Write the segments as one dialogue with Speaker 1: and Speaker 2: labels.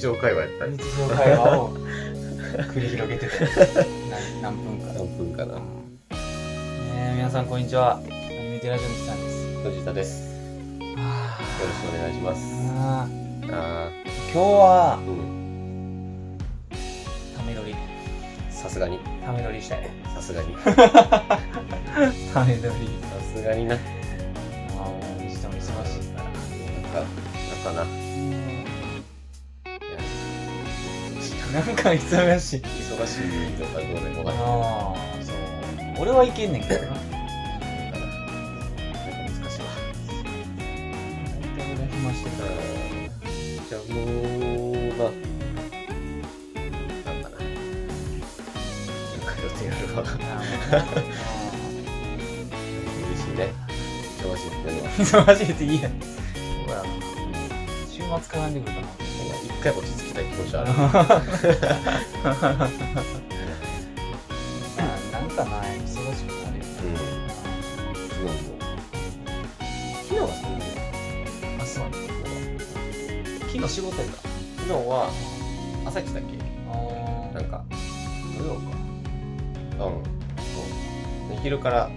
Speaker 1: 常会話やったり
Speaker 2: 日常会話を繰り広げてたな何分か
Speaker 1: 何分かな
Speaker 2: ねえ皆さんこんにちはアニメテラジオの木さんです
Speaker 1: 藤田です
Speaker 2: あ
Speaker 1: よろしくお願いします
Speaker 2: あ
Speaker 1: あ
Speaker 2: 今日は
Speaker 1: ーうん
Speaker 2: ため撮り
Speaker 1: さすがに
Speaker 2: ため撮りしたいね
Speaker 1: さすがにさ
Speaker 2: ため撮り
Speaker 1: すがにな
Speaker 2: ああしても忙しいから
Speaker 1: なんかなんかな
Speaker 2: なんか忙しい
Speaker 1: 忙しいのかどうでもな
Speaker 2: ああそう俺はいけんねんけどな
Speaker 1: なんか難しいわ
Speaker 2: 大体俺暇してた
Speaker 1: じゃあもうななんかななんか予定あるわ
Speaker 2: あ
Speaker 1: 嬉しいね忙しいっていうのは
Speaker 2: あ忙しいっていいやんそうやな週末絡んでくるか
Speaker 1: な
Speaker 2: な
Speaker 1: んか一回落ち着きたい気持ちはある
Speaker 2: なんかな忙しくなるよ
Speaker 1: うん昨日も昨日はそんなに
Speaker 2: あそう昨日仕事やった
Speaker 1: 昨日は朝来たっけ
Speaker 2: あ
Speaker 1: なんか
Speaker 2: 土曜か
Speaker 1: うんそう昼から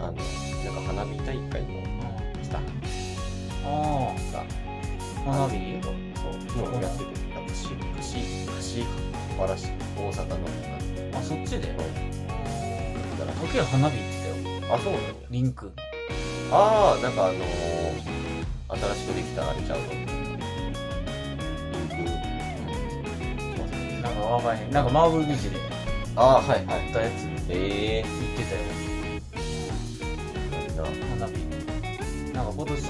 Speaker 1: あのなんか花火大会のスタッフ
Speaker 2: あ
Speaker 1: が
Speaker 2: あ花火
Speaker 1: そうそうのをやっててなんかし串串原市大阪の
Speaker 2: あそっちで
Speaker 1: だから
Speaker 2: 時は花火行ってたよ
Speaker 1: あそうなんや
Speaker 2: リンク
Speaker 1: ああなんかあのー、新しくできたあれちゃうのリンク
Speaker 2: なんかわかんへんなんかマーブルビーチで
Speaker 1: ああはいは
Speaker 2: 行
Speaker 1: い
Speaker 2: ったやつ行
Speaker 1: ええ
Speaker 2: ってたよ
Speaker 1: ー、いいな
Speaker 2: 花火なんか今年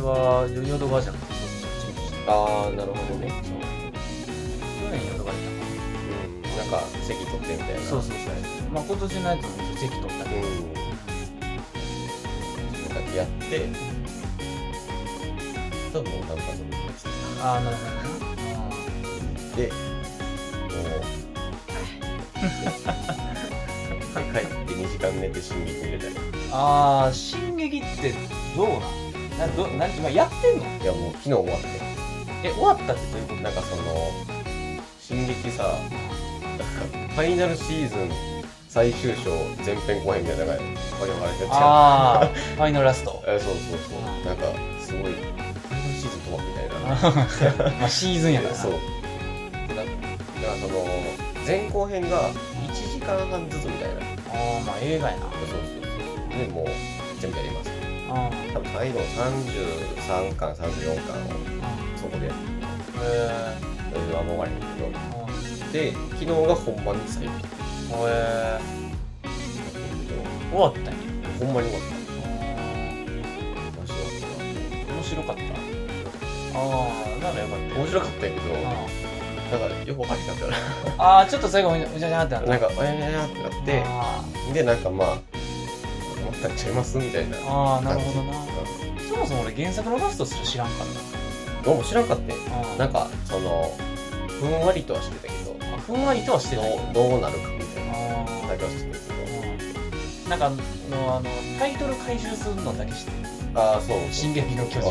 Speaker 2: はヨドバじゃなくてそっちにして
Speaker 1: ああなるほどね
Speaker 2: 去年ヨドバ行ったか
Speaker 1: うんなんか席取ってみたいな
Speaker 2: らそうそうそうまあ今年のやつも席取ったけ
Speaker 1: う
Speaker 2: ど
Speaker 1: ん自分だけやって多分なんかその
Speaker 2: ああなるほどね
Speaker 1: でもうで帰って2時間寝て進撃入れたり
Speaker 2: ああ進撃ってどうなんなんどなん今やってんの
Speaker 1: いやもう昨日終わって
Speaker 2: え終わったってどういうこ
Speaker 1: なんかその進撃さなんかファイナルシーズン最終章前編後編みたいなのが我々やって
Speaker 2: とああ ファイナルラスト
Speaker 1: えそうそうそうなんかすごいシーズン止まるみたいな
Speaker 2: まあシーズンやから
Speaker 1: そうだだからその前後編が1時間半ずつみたいな
Speaker 2: ああまあ映画やな
Speaker 1: そうそうそうでもう全部やります
Speaker 2: あ
Speaker 1: 多分最後33巻34巻をそこでやる
Speaker 2: へ
Speaker 1: うんあんま終わりだけ
Speaker 2: ー
Speaker 1: どで昨日が本番に最後
Speaker 2: へー終わったんや
Speaker 1: ほんまに終わっ
Speaker 2: あ
Speaker 1: た面白かっ
Speaker 2: ー面白かったああならよかったた
Speaker 1: 面白かったんやけど
Speaker 2: あ
Speaker 1: なんかよくわかんなかったな
Speaker 2: ーあーちょっと最後うじゃうじゃうじゃってなった
Speaker 1: なんか「ええー」ってなって
Speaker 2: あ
Speaker 1: でなんかまあ「思ったんちゃいます?」みたいな
Speaker 2: ーあーなるほどな
Speaker 1: 感じ
Speaker 2: そもそも俺原作のラストすら知らんかっ
Speaker 1: うん俺も知らんかったよ
Speaker 2: たあー
Speaker 1: なんかそのふんわりとはしてたけど
Speaker 2: あふんわりとはしてない
Speaker 1: どうどうなるかみたいな
Speaker 2: あ
Speaker 1: だけはしてたけど
Speaker 2: ーなんかあのあのタイトル回収するのだけしてる
Speaker 1: ああそう
Speaker 2: 「進撃の巨人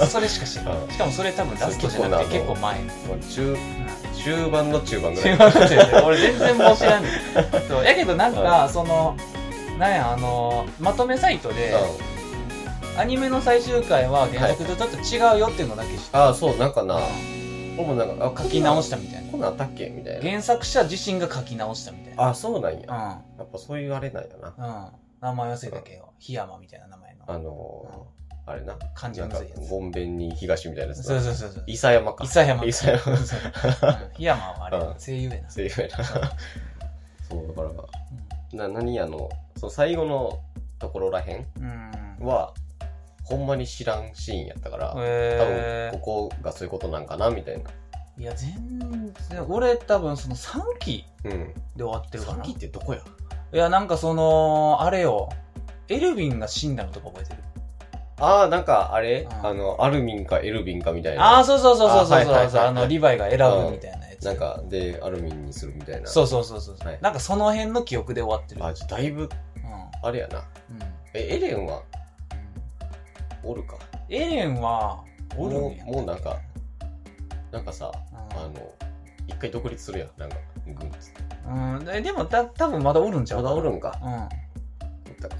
Speaker 1: あ」
Speaker 2: それしか知らな
Speaker 1: うん
Speaker 2: いしかもそれ多分ラストじゃなくて結
Speaker 1: 結
Speaker 2: 構
Speaker 1: 構
Speaker 2: 前
Speaker 1: もう中中盤の中盤ぐ
Speaker 2: 違
Speaker 1: ら
Speaker 2: う
Speaker 1: い
Speaker 2: こと言って俺全然もう知らんね んそうやけどなんかそのなんやあのまとめサイトで
Speaker 1: うん
Speaker 2: アニメの最終回は原作とちょっと違うよっていうのだけ知って
Speaker 1: ああそうなんかな
Speaker 2: る
Speaker 1: 俺もなんかあ
Speaker 2: 書き直したみたいな
Speaker 1: こんなんあったっけみたいな
Speaker 2: 原作者自身が書き直したみたいな
Speaker 1: ああそうなんやや
Speaker 2: うん
Speaker 1: っぱそういうあれなんやな
Speaker 2: うん名前忘れたけど檜山みたいな名前の
Speaker 1: あのー、あれな
Speaker 2: 漢字
Speaker 1: な
Speaker 2: む
Speaker 1: んか
Speaker 2: ずいやつ
Speaker 1: ごんべんに東みたいなやつ
Speaker 2: そう
Speaker 1: な
Speaker 2: そうそうそう
Speaker 1: 伊佐山か
Speaker 2: 伊佐山
Speaker 1: 伊佐山
Speaker 2: そうそううん檜山はあれ
Speaker 1: うん
Speaker 2: 声優やな
Speaker 1: そういうふうな そうだからな何あのその最後のところらへん
Speaker 2: うん
Speaker 1: はほんまに知らんシーンやったから、多分
Speaker 2: へえ
Speaker 1: ここがそういうことなんかなみたいない
Speaker 2: や全然俺多分その3期
Speaker 1: うん
Speaker 2: で終わってるか
Speaker 1: さっ
Speaker 2: な
Speaker 1: き
Speaker 2: い
Speaker 1: ってどこや
Speaker 2: やなんかそのあれよエルヴィンが死んだのとか覚えてる
Speaker 1: ああなんかあれ、
Speaker 2: うん
Speaker 1: あのアルミンかエルビンかみたいな
Speaker 2: ああそうそうそうそうそ
Speaker 1: あは
Speaker 2: う
Speaker 1: いはいはい
Speaker 2: そうそう
Speaker 1: はい
Speaker 2: あのリヴァイが選ぶみたいなやつ
Speaker 1: なんかでアルミンにするみたいな
Speaker 2: そうそうそうそう
Speaker 1: はい
Speaker 2: なんかその辺の記憶で終わってる
Speaker 1: あじゃあだいぶ
Speaker 2: う
Speaker 1: あれやなん
Speaker 2: うん
Speaker 1: えエレンはおるか
Speaker 2: エレンはおるんや
Speaker 1: もうもうなんかなんかさ、あの、一回独立するやん。なんか、うん、つって
Speaker 2: うん、えでもた多分まだおるんちゃう
Speaker 1: ま
Speaker 2: か
Speaker 1: だ
Speaker 2: な
Speaker 1: おるんか。
Speaker 2: うん
Speaker 1: 言ったか。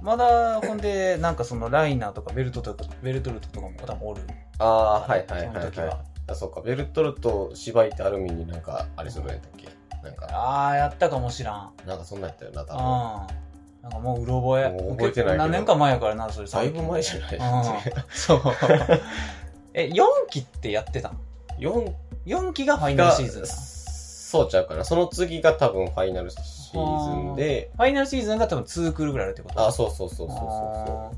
Speaker 2: まだほんでなんかそのライナーとかベルトとかベルトルトとかも多分おる
Speaker 1: ああ、はいはい
Speaker 2: そ
Speaker 1: は
Speaker 2: の
Speaker 1: い、
Speaker 2: 時
Speaker 1: はい
Speaker 2: は。
Speaker 1: あ、そうか。ベルトルと芝居ってアルミになんか、あれするんやったっけなんか、
Speaker 2: ああやったかもしらん
Speaker 1: なんかそんなんやったよな、多分。
Speaker 2: うんなんかもううろ覚え
Speaker 1: もう覚えてないけど
Speaker 2: 何年か前やからなそれ
Speaker 1: だいぶ前じゃない
Speaker 2: うんそうえ4期ってやってたの
Speaker 1: ?4
Speaker 2: 4期がファイナル
Speaker 1: が
Speaker 2: シーズンなのフ
Speaker 1: そうちゃうかな。その次が多分ファイナルシーズンで、
Speaker 2: ァイナルシーズンが多分2クールぐらいあるってこと
Speaker 1: あ、そうそうそうそうそ
Speaker 2: あー
Speaker 1: うそ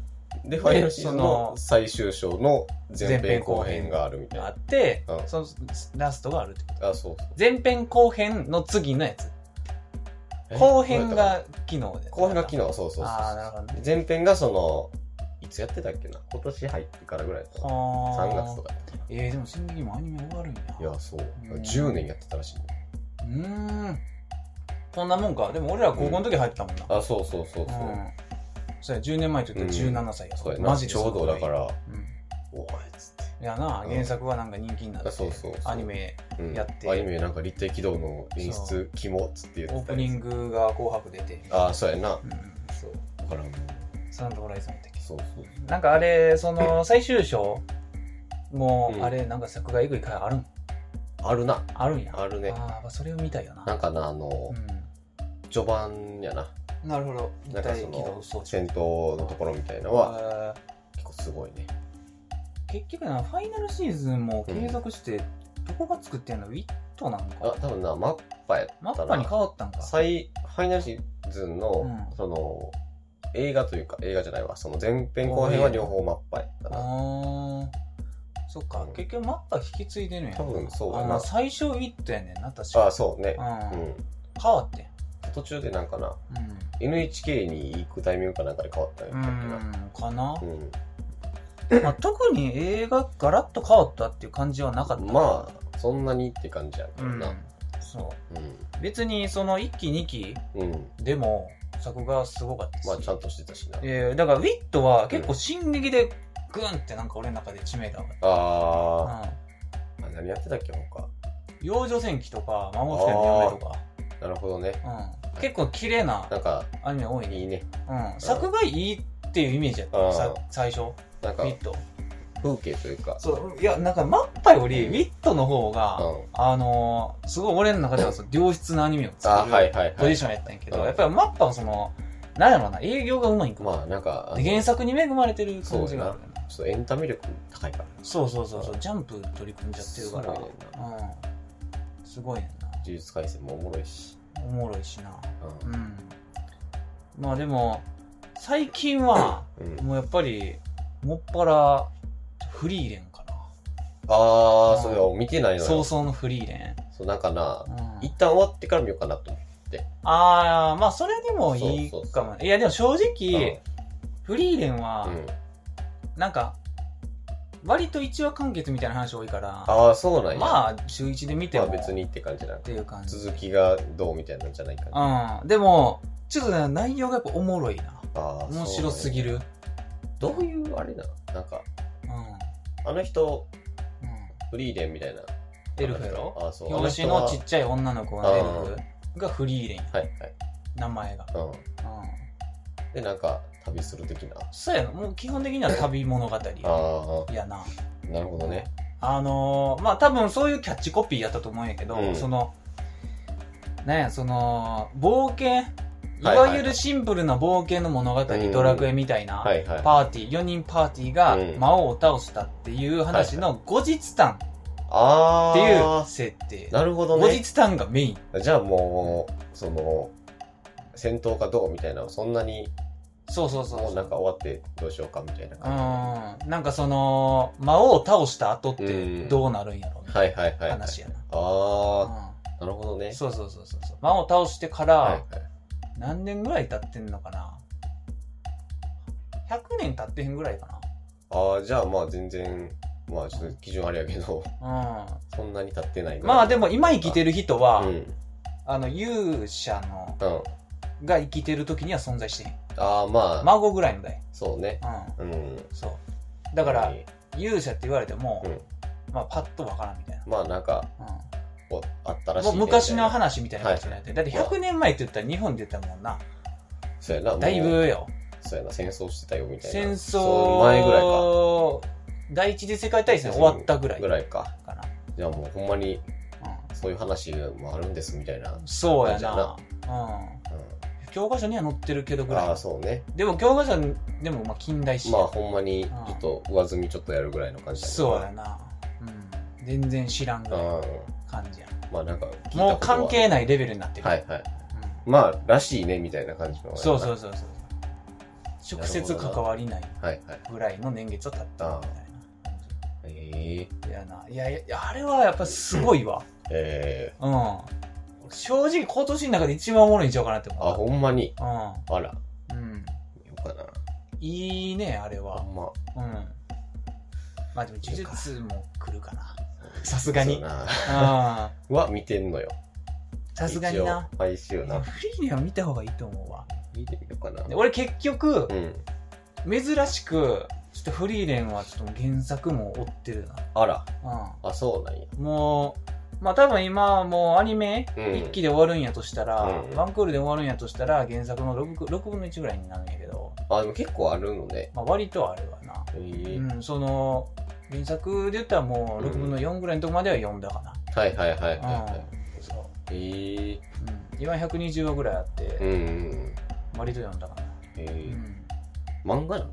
Speaker 1: う。で、ファイナルシーズン
Speaker 2: その
Speaker 1: の最終章の前編後編があるみたい
Speaker 2: あ
Speaker 1: な。
Speaker 2: って、
Speaker 1: うん
Speaker 2: そのラストがあるってこと
Speaker 1: あ、そう
Speaker 2: 前編後編の次のやつ
Speaker 1: そう。
Speaker 2: 後編
Speaker 1: どうやっ
Speaker 2: が機能で
Speaker 1: たかな。後編が昨日、そうそうそう
Speaker 2: ああなるほどね
Speaker 1: 前編がその、いつやってたっけな今年入ってからぐらいだったな。3
Speaker 2: 3
Speaker 1: 月とか。
Speaker 2: えー、でも新劇もアニメ終わるんや
Speaker 1: いや、そう。
Speaker 2: うん
Speaker 1: 10年やってたらしいね。
Speaker 2: うーんこんなもんかでも俺ら高校の時入ってたもんな、
Speaker 1: あ、そうそうそうそう。
Speaker 2: うんそうや10年前と言って17歳や、
Speaker 1: そうや
Speaker 2: マ
Speaker 1: な。
Speaker 2: ジで、
Speaker 1: ちょうどだからら、
Speaker 2: うん
Speaker 1: お前っつって。
Speaker 2: いやな
Speaker 1: うん
Speaker 2: 原作はなんか人気になって、
Speaker 1: あそうそうそう
Speaker 2: アニメ
Speaker 1: うん
Speaker 2: やって
Speaker 1: アニメなんか立体軌道の演出肝っつって言って
Speaker 2: オープニングが「紅白」出て
Speaker 1: ああそうやな
Speaker 2: うんそう
Speaker 1: だからもう
Speaker 2: サンドホライズンの時
Speaker 1: そうそう
Speaker 2: なんかあれその最終章も
Speaker 1: うん
Speaker 2: あれなんか作画えぐい回あるん
Speaker 1: あるな
Speaker 2: あるんや
Speaker 1: あるね
Speaker 2: ああそれを見たいよな
Speaker 1: なんかなあの、
Speaker 2: う、
Speaker 1: 序盤やなん
Speaker 2: なるほど
Speaker 1: な
Speaker 2: 立
Speaker 1: んかそ
Speaker 2: 体起動
Speaker 1: の
Speaker 2: 装置
Speaker 1: 戦闘のところみたいなのは
Speaker 2: あー
Speaker 1: 結構すごいね
Speaker 2: 結局なファイナルシーズンも継続して、どこが作ってんのウィットなの
Speaker 1: あ
Speaker 2: か
Speaker 1: 多分なマッパや
Speaker 2: マ
Speaker 1: っ
Speaker 2: ッ
Speaker 1: た
Speaker 2: パに
Speaker 1: ら
Speaker 2: 変わったんか
Speaker 1: 最ファイナルシーズンの、
Speaker 2: うん
Speaker 1: その映画というか映画じゃないわその前編後編は両方マッパやったな
Speaker 2: あーそっか、
Speaker 1: うん
Speaker 2: 結局マッパ引き継いでるんや
Speaker 1: 多分そう
Speaker 2: あ
Speaker 1: や
Speaker 2: の
Speaker 1: な
Speaker 2: 最初ウィットやねんな確
Speaker 1: あ
Speaker 2: か
Speaker 1: あそうね
Speaker 2: う
Speaker 1: うんん
Speaker 2: 変わってん
Speaker 1: 途中でなんかな
Speaker 2: うん
Speaker 1: NHK に行くタイミングかなんかで変わったんやったっけな
Speaker 2: うんかな、
Speaker 1: うん
Speaker 2: まあ、特に映画ガラッと変わったっていう感じはなかった
Speaker 1: まあそんなにって感じやか
Speaker 2: う
Speaker 1: ら
Speaker 2: ん
Speaker 1: な
Speaker 2: そ
Speaker 1: うん
Speaker 2: う別にその1期2期
Speaker 1: うん、
Speaker 2: でも作画はすごかったし、
Speaker 1: まあちゃんとしてたしな
Speaker 2: えーだからウィットは結構進撃でグンってなんか俺の中で知名度上がっ
Speaker 1: あ
Speaker 2: た、
Speaker 1: ーあ何やってたっけ他
Speaker 2: うん、幼女戦記とか魔法使いの嫁とか、
Speaker 1: なるほどね
Speaker 2: うん、結構綺麗な
Speaker 1: なんか
Speaker 2: アニメ多いね、
Speaker 1: いいね
Speaker 2: うん、作画いいっていうイメージやった
Speaker 1: あー
Speaker 2: さ最初ウ
Speaker 1: なんか
Speaker 2: ィット
Speaker 1: 風景というか
Speaker 2: そういやなんかマッパよりウィットの方が、
Speaker 1: うん
Speaker 2: あのーすごい俺の中ではその良質なアニメを
Speaker 1: あ
Speaker 2: 作
Speaker 1: はい
Speaker 2: る
Speaker 1: はい
Speaker 2: ポ
Speaker 1: は
Speaker 2: ジ
Speaker 1: い
Speaker 2: ションやったんやけど、
Speaker 1: うん
Speaker 2: やっぱりマッパはそのなんやろうな営業がうまいんか、
Speaker 1: まあなんかあの
Speaker 2: で原作に恵まれてる感じがあるよな
Speaker 1: ちょっとエンタメ力高いから
Speaker 2: そうそうそうそうジャンプ取り組んじゃってる
Speaker 1: す
Speaker 2: か
Speaker 1: ごいね
Speaker 2: ら
Speaker 1: んな
Speaker 2: うんすごいねんな
Speaker 1: 呪術廻戦もおもろいし
Speaker 2: おもろいしな
Speaker 1: う
Speaker 2: うんまあでも最近は
Speaker 1: ん、うん、
Speaker 2: もうやっぱりもっぱらフリーレンか
Speaker 1: ああそれは見てない
Speaker 2: な
Speaker 1: のよ
Speaker 2: 早々のフリーレン、
Speaker 1: そうなんかな
Speaker 2: うん
Speaker 1: 一旦終わってから見ようかなと思
Speaker 2: ああまあそれでもいい
Speaker 1: そうそう
Speaker 2: か
Speaker 1: そ
Speaker 2: も
Speaker 1: う
Speaker 2: いやでも正
Speaker 1: って
Speaker 2: 直フリーレン
Speaker 1: う
Speaker 2: は
Speaker 1: ん、うん、
Speaker 2: なんか割と一話完結みたいな話多いから
Speaker 1: ああそうなんや
Speaker 2: まあ週一で見て
Speaker 1: まあ
Speaker 2: も
Speaker 1: 別
Speaker 2: っ
Speaker 1: にって感じなんか
Speaker 2: ていう感じ
Speaker 1: 続きがどうみたいなんじゃないかな。
Speaker 2: うんでもちょっとね内容がやっぱおもろいな
Speaker 1: あー
Speaker 2: 面白すぎ。る
Speaker 1: そうなんやどういうあれなのなんか、
Speaker 2: うん
Speaker 1: あの人、
Speaker 2: うん
Speaker 1: フリーレンみたいな。
Speaker 2: エルフやろ
Speaker 1: あそう
Speaker 2: 表紙のちっちゃい女の子のエルフがフリーレンや
Speaker 1: はいはい。
Speaker 2: 名前が
Speaker 1: うん。
Speaker 2: うん
Speaker 1: で、なんか、旅する的な。
Speaker 2: そうやなもう基本的には旅物語
Speaker 1: あ
Speaker 2: やな
Speaker 1: あ、なるほどね。
Speaker 2: あのーまあ多分そういうキャッチコピーやったと思うんやけど、
Speaker 1: うん
Speaker 2: そのなんやその冒険い
Speaker 1: はいはいはい
Speaker 2: わゆるシンプルな冒険の物語、
Speaker 1: うん
Speaker 2: ドラクエみたいな、
Speaker 1: はいはい。
Speaker 2: パーティー4人パーティーが
Speaker 1: うん
Speaker 2: 魔王を倒したっていう話の後日談
Speaker 1: ああ。
Speaker 2: っていう設定、
Speaker 1: なるほど
Speaker 2: 後
Speaker 1: ね。
Speaker 2: 日談がメイン
Speaker 1: じゃあもう、その、戦闘かどうみたいなのそんなに、
Speaker 2: そうそうそう
Speaker 1: もうなんか終わってどうしようかみたいな感
Speaker 2: うんなんかその魔王を倒した後ってどうなるんやろうみ
Speaker 1: じ。
Speaker 2: た
Speaker 1: はいいはいはい
Speaker 2: な
Speaker 1: はい。
Speaker 2: 話やな、
Speaker 1: あ
Speaker 2: う
Speaker 1: あ、なるほどね
Speaker 2: ん、。そうそうそうそうそう魔王を倒してから、
Speaker 1: はいはい。
Speaker 2: 何年ぐらい経ってんのかな100年経ってへんぐらいか
Speaker 1: ああ、じゃあまあ全然、まあちょっと基準あれやけど、
Speaker 2: な
Speaker 1: そんなに経ってない
Speaker 2: うんまあでも今生きて
Speaker 1: る
Speaker 2: る人は、
Speaker 1: うん。うん。
Speaker 2: あの勇者の
Speaker 1: あ
Speaker 2: が生きてる時には存在してへん
Speaker 1: あー、まあ、
Speaker 2: 孫ぐらいの代
Speaker 1: そうね。
Speaker 2: う
Speaker 1: うん。
Speaker 2: んそうだから
Speaker 1: う
Speaker 2: 勇者って言われても、
Speaker 1: ん。
Speaker 2: まあ、パッとわからんみたいな。
Speaker 1: まあなんか、
Speaker 2: う
Speaker 1: こうあったら
Speaker 2: ん、
Speaker 1: しい
Speaker 2: もう
Speaker 1: ね
Speaker 2: 昔の
Speaker 1: みたいな
Speaker 2: 話みたいな感じになって、だって100年前って言ったら日本で言ったもんな。
Speaker 1: そうやなもう
Speaker 2: だいぶよ。
Speaker 1: そうやな戦争してたよみたいな
Speaker 2: 戦
Speaker 1: そ
Speaker 2: 争
Speaker 1: の前ぐらいか
Speaker 2: 第一次世界大戦終わったぐらい
Speaker 1: ぐらいか
Speaker 2: かな、
Speaker 1: じゃあもうほんまに
Speaker 2: う、
Speaker 1: そういう話もあるんですみたいな、うん
Speaker 2: そうや
Speaker 1: じゃ
Speaker 2: な
Speaker 1: あ
Speaker 2: うん、教科書には載ってるけどぐ
Speaker 1: ん、あ
Speaker 2: ら
Speaker 1: あそうね
Speaker 2: いでも教科書でもまあ近代史、
Speaker 1: まあほんまにちょっと上積みちょっとやるぐらいの感じだけど
Speaker 2: そうやな、うん、全然知らんぐらいの
Speaker 1: う
Speaker 2: 感じや
Speaker 1: んまあなんか聞いたことは
Speaker 2: もう関係ないレベルになってる、
Speaker 1: はいはい
Speaker 2: うん
Speaker 1: まあらしいねみたいな感じの
Speaker 2: そうそううそうそう直接関わりない
Speaker 1: はいはい
Speaker 2: ぐらいの年月を経ったみたい
Speaker 1: え
Speaker 2: ないやないやいやあれはやっぱすごいわ
Speaker 1: ー、え
Speaker 2: うん正直今年の中で一番おもろいんちゃうかなって
Speaker 1: ー、あ
Speaker 2: 思う
Speaker 1: ほんまに
Speaker 2: あ
Speaker 1: あらよ
Speaker 2: うん、うん、
Speaker 1: かない
Speaker 2: いねあれ
Speaker 1: ほ
Speaker 2: は
Speaker 1: んま
Speaker 2: うんまあでも呪術も来るかなさすがに
Speaker 1: そうな
Speaker 2: あ
Speaker 1: は見てんのよ
Speaker 2: さすがにな
Speaker 1: 一応毎週な
Speaker 2: フリーには見た方がいいと思うわ
Speaker 1: 見てみようかな
Speaker 2: で俺結局
Speaker 1: うん
Speaker 2: 珍しくちょっとフリーレンはちょっと原作も追ってる
Speaker 1: あら
Speaker 2: な、
Speaker 1: あそうなんや
Speaker 2: うん、もうまあ多分今はもうアニメ
Speaker 1: うん
Speaker 2: 一期で終わるんやとしたら、
Speaker 1: うん
Speaker 2: ワンクールで終わるんやとしたら原作の 6, 6分の1ぐらいになるんやけど、
Speaker 1: あでも結構あるのね
Speaker 2: まあ、割とあるわな、
Speaker 1: えー
Speaker 2: うん、その原作で言ったらもう
Speaker 1: うん
Speaker 2: 6分の4ぐらいのとこまでは読んだかな、
Speaker 1: はいはいはいはい
Speaker 2: うん
Speaker 1: は
Speaker 2: そう
Speaker 1: いえ
Speaker 2: うん、今120話ぐらいあって、
Speaker 1: ー、うんうん
Speaker 2: 割と読んだかな、
Speaker 1: え
Speaker 2: う
Speaker 1: ー、
Speaker 2: ん、
Speaker 1: 漫画なの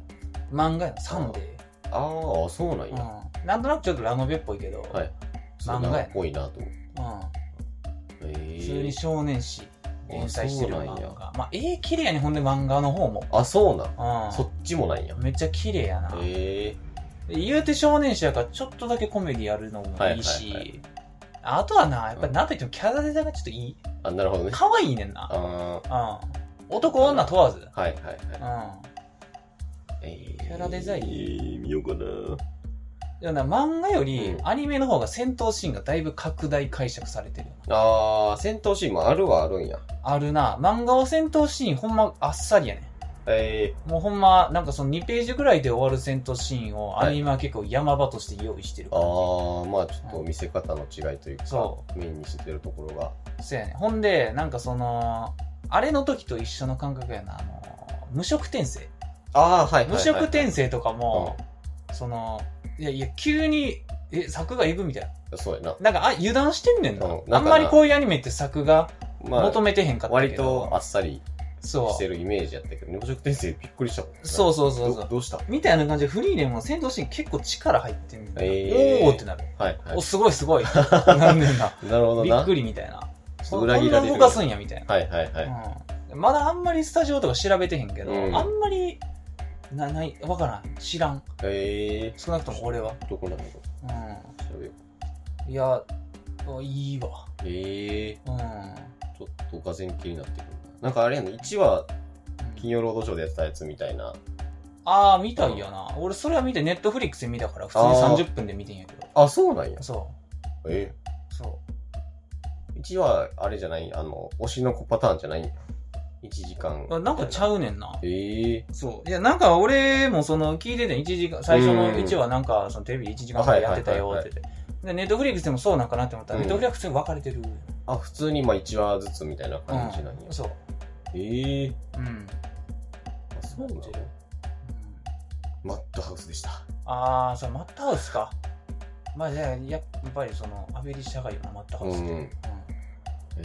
Speaker 2: 漫画やなサンデ
Speaker 1: ああそうなん
Speaker 2: ー、
Speaker 1: や、
Speaker 2: うん、なんとなくちょっとラノベっぽいけど、
Speaker 1: はい
Speaker 2: 漫画や
Speaker 1: っぽいなと思う
Speaker 2: うん、
Speaker 1: え
Speaker 2: 普通
Speaker 1: ー、
Speaker 2: に少年誌連載してる
Speaker 1: あそうなんや
Speaker 2: 漫画まあ絵綺麗やねほんで漫画の方も、
Speaker 1: あそうなん
Speaker 2: うん、
Speaker 1: そっちもなんや
Speaker 2: めっちゃ綺麗やな、
Speaker 1: え
Speaker 2: 言うて少年誌やからちょっとだけコメディあるのもいいし、
Speaker 1: はいはいは
Speaker 2: あとはなやっぱりなんといってもキャラデザがちょっといい
Speaker 1: ー、あなるほどね
Speaker 2: 可愛いねんな、
Speaker 1: あ
Speaker 2: うん、男女問わず、
Speaker 1: あはいはいはい、
Speaker 2: うん
Speaker 1: え
Speaker 2: キャラデザイン
Speaker 1: えー、見ようかな
Speaker 2: でもな漫画より
Speaker 1: うん
Speaker 2: アニメの方が戦闘シーンがだいぶ拡大解釈されてるよ
Speaker 1: あー、戦闘シーンもあるはあるんや。
Speaker 2: あるな漫画は戦闘シーンほんまあっさりやね
Speaker 1: え
Speaker 2: もうほんまなんかその2ページぐらいで終わる戦闘シーンを
Speaker 1: はい
Speaker 2: アニメは結構山場として用意してる
Speaker 1: ー、
Speaker 2: から、
Speaker 1: あー、まあちょっと見せ方の違いというか、
Speaker 2: そ
Speaker 1: メインにしてるところが。
Speaker 2: そうやねほんでなんかそのあれの時と一緒の感覚やなあの無色転生
Speaker 1: あー、はい、はい
Speaker 2: 無
Speaker 1: はい。
Speaker 2: 色転生とかも、そのいやいや急にえ作画いくみたい
Speaker 1: そうやな。
Speaker 2: ななんかあ油断してんねんな,、
Speaker 1: うんなんか
Speaker 2: あ
Speaker 1: なん
Speaker 2: まりこういうアニメって作画
Speaker 1: まあ
Speaker 2: 求、めてへんかった
Speaker 1: 割
Speaker 2: けど、
Speaker 1: とあっさり
Speaker 2: そう
Speaker 1: してるイメージやったけど、無色転生びっくりしたもんな。
Speaker 2: そううそうそうそ
Speaker 1: ど
Speaker 2: う。
Speaker 1: どうしたはい
Speaker 2: みたいな感じでフリーレンも戦闘シーン結構力入ってんねんな。
Speaker 1: えー
Speaker 2: おーってなる。
Speaker 1: はい。
Speaker 2: お、すごいす ごい。なんねんな。
Speaker 1: なるほど
Speaker 2: び
Speaker 1: な。
Speaker 2: っくりみたい
Speaker 1: ちょ
Speaker 2: な。
Speaker 1: っと
Speaker 2: こん
Speaker 1: 裏
Speaker 2: な
Speaker 1: 切られる。
Speaker 2: 動かすんやみたいな。
Speaker 1: はいはいはい。
Speaker 2: うんまだあんまりスタジオとか調べてへんけど、
Speaker 1: うん
Speaker 2: あんまり、な、ない、わからん。知らん。
Speaker 1: え
Speaker 2: 少なくとも俺は。
Speaker 1: ー、どこなの調
Speaker 2: う。
Speaker 1: べようん
Speaker 2: いや、いいわ。
Speaker 1: え
Speaker 2: うん。
Speaker 1: ー、ちょっとがぜ気になってくるな。なんかあれやね、1話、金曜ロードショーでやってたやつみたいな。
Speaker 2: あー、見たいやな。俺それは見て、ネットフリックスで見たから、普
Speaker 1: あ
Speaker 2: 通
Speaker 1: ー
Speaker 2: に30分で見てんやけど。
Speaker 1: あ、そうなんや。
Speaker 2: そ
Speaker 1: えー
Speaker 2: う。そう。
Speaker 1: 1はあれじゃないあの推しの子パターンじゃないんや1時間
Speaker 2: あなんかちゃうねんな。
Speaker 1: ええ
Speaker 2: そう。いや、なんか俺もその聞いてて、一時間、最初の1話なんかそのテレビで1時間ぐらいやってたよって言って。で、ネットフリックスでもそうなんかなって思ったら、
Speaker 1: うん
Speaker 2: ネットフリックスで分かれてる。
Speaker 1: あ普通にまあ1話ずつみたいな
Speaker 2: う
Speaker 1: 感じなんや、
Speaker 2: ん。そう。
Speaker 1: ええ
Speaker 2: うん。
Speaker 1: あそうなんやマッドハウスでした
Speaker 2: あー、それマットハウスか。まあじゃあ、やっぱりその、アベリ社会よな、マットハウスって。
Speaker 1: うん
Speaker 2: うん。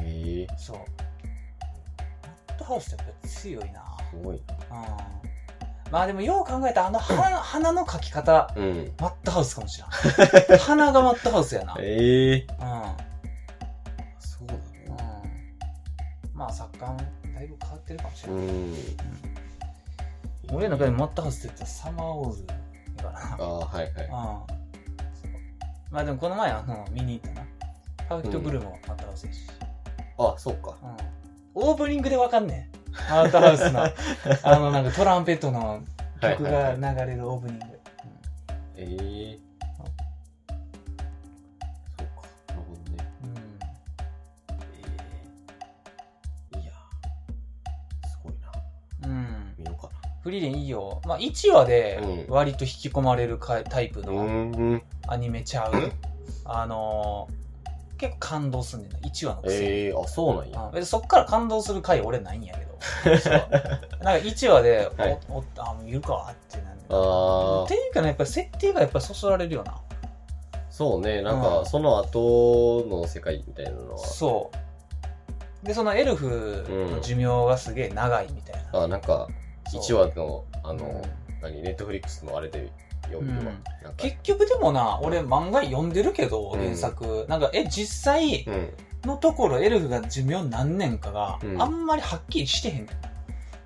Speaker 1: ええ
Speaker 2: そう。マットハウスってやっぱ強いな。
Speaker 1: すごい
Speaker 2: うん。まあでもよう考えた らあの花花の描き方、
Speaker 1: うん
Speaker 2: マットハウスかもし れん。花がマットハウスやな。うん。
Speaker 1: ええそうなんや
Speaker 2: うんまあ作家もだいぶ変わってるかもしれ
Speaker 1: う
Speaker 2: ない、
Speaker 1: ん
Speaker 2: 俺の中でマットハウスって言ったらサマーウォーズだから
Speaker 1: ああはいはい
Speaker 2: なうんそうまあでもこの前あの見に行ったなパーフェクトブルーもマットハウスやし、
Speaker 1: あそうか
Speaker 2: うんオープニングでわかんねえマットハウス のあのなんかトランペットの曲が流れるオープニング、
Speaker 1: ええそうかなるほどね
Speaker 2: うん
Speaker 1: ええいやすごいな
Speaker 2: うん、うん
Speaker 1: 見ようかな
Speaker 2: フリーレンいいよ。まあ、1話で
Speaker 1: うん
Speaker 2: 割と引き込まれるかタイプ
Speaker 1: う
Speaker 2: の
Speaker 1: ーん。
Speaker 2: アニメちゃう、あのー結構感動すんねんな、1話のくせに。
Speaker 1: ええー、あ、そうなんや。
Speaker 2: うん別にそっから感動する回俺ないんや けど。実はなんか1話で、
Speaker 1: はい
Speaker 2: お、お、あ、もういるかってなんねん
Speaker 1: あ
Speaker 2: って
Speaker 1: あ、
Speaker 2: いうかね、やっぱり設定がやっぱりそそられるよな。
Speaker 1: そうね。なん
Speaker 2: う
Speaker 1: か、
Speaker 2: ん
Speaker 1: その後の世界みたいなのは。
Speaker 2: そう。で、そのエルフの寿命がすげえ長いみたいな。
Speaker 1: あ、なんか、
Speaker 2: そう
Speaker 1: 1話の、あ
Speaker 2: うん
Speaker 1: の、何、ネットフリックスのあれで読むわ
Speaker 2: うん。
Speaker 1: なんか、
Speaker 2: 結局でもな、俺漫画読んでるけど、
Speaker 1: うん
Speaker 2: 原作。なんか、え、実際
Speaker 1: うん。
Speaker 2: のところエルフが寿命何年かが
Speaker 1: う、ん
Speaker 2: あんまりはっきりしてへん。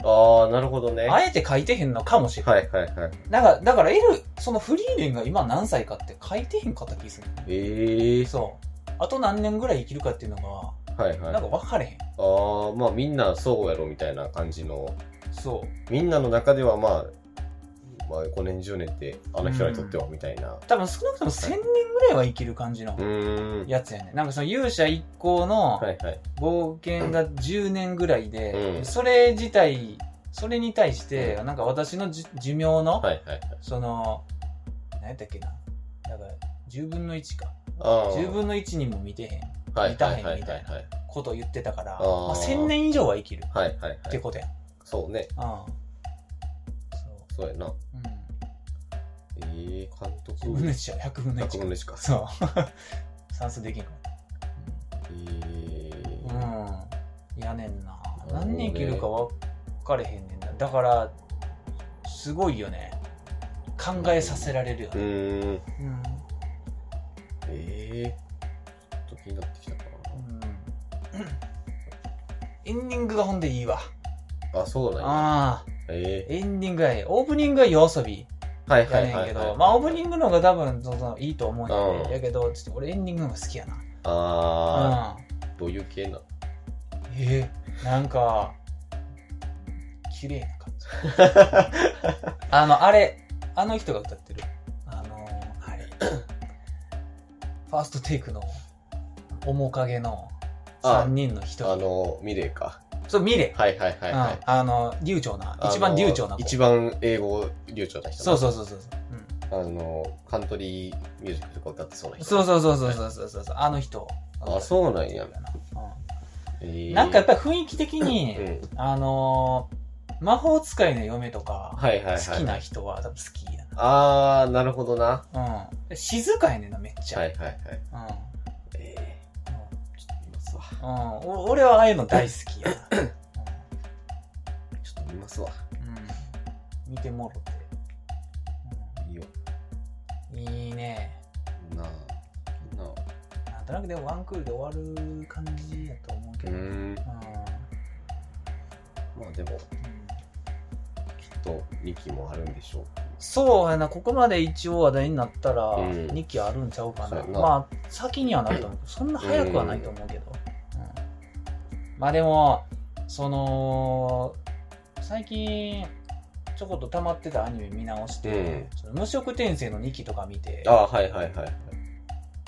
Speaker 1: ああ、なるほどね。
Speaker 2: あ
Speaker 1: はい
Speaker 2: えて書いてへんのかもしれん。
Speaker 1: はいはい。
Speaker 2: だから、だからエル、そのフリーレンが今何歳かって書いてへんかった気する。
Speaker 1: ええー、
Speaker 2: そう。あと何年ぐらい生きるかっていうの
Speaker 1: はいは
Speaker 2: が、
Speaker 1: い。
Speaker 2: なんか分かれへん。
Speaker 1: ああ、まあみんなそうやろみたいな感じの、
Speaker 2: そう。
Speaker 1: みんなの中ではまあ、まあ5年10年ってあの人にとってはみたいな。
Speaker 2: 多分少なくとも1000年ぐらいは生きる感じ
Speaker 1: う
Speaker 2: の
Speaker 1: ーん。
Speaker 2: やつやね。なんかその勇者一行の
Speaker 1: はいはい。
Speaker 2: 冒険が10年ぐらいで、
Speaker 1: うん
Speaker 2: それ自体、それに対して、なんか私のじ寿命
Speaker 1: は
Speaker 2: の、
Speaker 1: いはいはい。
Speaker 2: その、何やったっけな。だから、10分の1か。
Speaker 1: ああ。
Speaker 2: 10分の1にも見てへん
Speaker 1: はい
Speaker 2: 見た
Speaker 1: は
Speaker 2: へ
Speaker 1: い
Speaker 2: ん
Speaker 1: は
Speaker 2: み
Speaker 1: い
Speaker 2: た
Speaker 1: はいい
Speaker 2: な
Speaker 1: はい。
Speaker 2: ことを言ってたから、
Speaker 1: あー
Speaker 2: まあ、1000年以上は生きる
Speaker 1: はいはい
Speaker 2: っ
Speaker 1: は
Speaker 2: て
Speaker 1: い。
Speaker 2: ことやん。
Speaker 1: そうね。
Speaker 2: うん。そ
Speaker 1: そうやな。
Speaker 2: う。うん。
Speaker 1: ええー、監
Speaker 2: 100分の
Speaker 1: 督。
Speaker 2: 1や100分の
Speaker 1: 100
Speaker 2: 1
Speaker 1: 分
Speaker 2: か
Speaker 1: の1か。
Speaker 2: そう 算数できんか
Speaker 1: えー
Speaker 2: うんやねんな
Speaker 1: るほどね
Speaker 2: 何年生きるか分かれへんねんなだからすごいよね考えさせられるよ
Speaker 1: う
Speaker 2: ね、
Speaker 1: ーん。
Speaker 2: うんうん
Speaker 1: ええー。ちょっと気になってきたか
Speaker 2: エンディングがほんでいいわ
Speaker 1: な。あ、そうなんや。
Speaker 2: ああ
Speaker 1: ええ
Speaker 2: エンディングがいいオープニングは夜遊び
Speaker 1: ー。はい
Speaker 2: や
Speaker 1: は
Speaker 2: ね
Speaker 1: いはい
Speaker 2: んけ
Speaker 1: はい。
Speaker 2: どまあオープニングの方が多分そのいいと思うんや,、
Speaker 1: うん
Speaker 2: やけどちょっと俺エンディングの方が好きやな
Speaker 1: ああ、
Speaker 2: うん
Speaker 1: どういう系なの
Speaker 2: えーなんか、綺麗な感じ。 あの、あれ、あの人が歌ってる。あのー、あれ、ファーストテイクの面影の
Speaker 1: あ
Speaker 2: 3人の人。
Speaker 1: あの、ミレイか。
Speaker 2: そう、ミレ。
Speaker 1: はいはいはいは
Speaker 2: う
Speaker 1: い
Speaker 2: ん。あの、流暢な、一番流暢な
Speaker 1: あの
Speaker 2: 子。
Speaker 1: 一番英語流暢な人
Speaker 2: そう
Speaker 1: う
Speaker 2: そうそうそう。
Speaker 1: あのカントリーミュージックとか歌ってそうな
Speaker 2: うん、
Speaker 1: 人
Speaker 2: そうそうそうそうそうそうそうそう。あの人。
Speaker 1: あそうなんや、え
Speaker 2: うん
Speaker 1: ー
Speaker 2: なんかやっぱり雰囲気的に、
Speaker 1: うん
Speaker 2: あのー魔法使いの嫁とか、
Speaker 1: はいはいはい
Speaker 2: 好きな人は多分好きや
Speaker 1: あーなるほどなは
Speaker 2: な。うん。静かやねんな、めっち
Speaker 1: い
Speaker 2: ゃ。
Speaker 1: はいはい
Speaker 2: うん。うん
Speaker 1: えー、ちょっと見ますわ
Speaker 2: お俺はああいうの大好きやな。
Speaker 1: ちょっと見ますわ
Speaker 2: うん。うん見てもろて。
Speaker 1: いいよ
Speaker 2: うんいいね。
Speaker 1: なあなあ
Speaker 2: なんとなくでもワンクールで終わる感じやと思う
Speaker 1: う
Speaker 2: け
Speaker 1: ー
Speaker 2: ど。うん。
Speaker 1: んまあでもきっと2期もあるんでしょ
Speaker 2: そうやな、ここまで一応話題になったら、
Speaker 1: うん
Speaker 2: 2期あるんちゃうか
Speaker 1: そう
Speaker 2: な。
Speaker 1: やな
Speaker 2: まあ、先にはなると思うけど、そんな早くはないと思うけど。うんまあでも、その、最近、ちょこっと溜まってたアニメ見直して、その無職転生の2期とか見て
Speaker 1: う、あーはいはいはいはい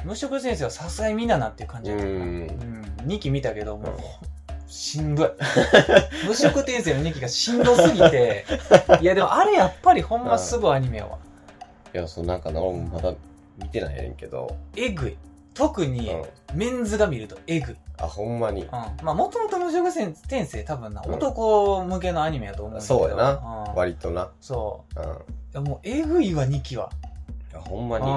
Speaker 2: 無職転生は支えみななっていう感じだったかな。
Speaker 1: う
Speaker 2: うん2期見たけど、もう
Speaker 1: うん、
Speaker 2: し んどい。無職転生の2期がしんどすぎて、いやでもあれやっぱりほんますぐアニメは。
Speaker 1: いやそうなんかな俺もまだ見てないねんけど、
Speaker 2: えぐい。特
Speaker 1: う
Speaker 2: に、
Speaker 1: ん、
Speaker 2: メンズが見るとえぐい。
Speaker 1: あほんまに
Speaker 2: うん。まあ、もともと無職転生多分な、
Speaker 1: うん
Speaker 2: 男向けのアニメやと思うんだけど。
Speaker 1: そうや
Speaker 2: なうん、
Speaker 1: 割とな
Speaker 2: そ。
Speaker 1: うんいう
Speaker 2: いやもうえぐいわ、2期は。
Speaker 1: やほんまに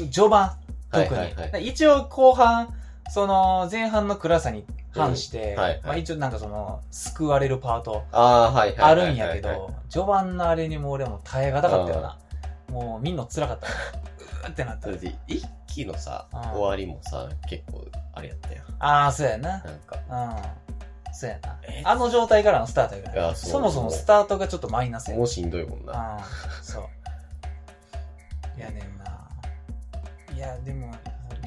Speaker 2: うん。ちょ序盤、特に。
Speaker 1: はいはいはい
Speaker 2: 一応後半、その、前半の暗さに反して、
Speaker 1: うんはいはい
Speaker 2: まあ一応なんかその、救われるパート
Speaker 1: ああ、はいは
Speaker 2: あ
Speaker 1: いはいはいはい。
Speaker 2: るんやけど、序盤のあれにもう俺も耐え難かったよな。もうみんな辛かった。うーってなった
Speaker 1: だっ。て、一期のさ、
Speaker 2: うん
Speaker 1: 終わりもさ、結構、あれやったやん。
Speaker 2: ああ、そうやな。
Speaker 1: なんか、
Speaker 2: うん。そうやな
Speaker 1: え。
Speaker 2: あの状態からのスタートやか
Speaker 1: い
Speaker 2: ら。
Speaker 1: やそう
Speaker 2: そもそもスタートがちょっとマイナスや
Speaker 1: もうしんどいもんな。
Speaker 2: ああ、そう。いやねんな。いや、でも、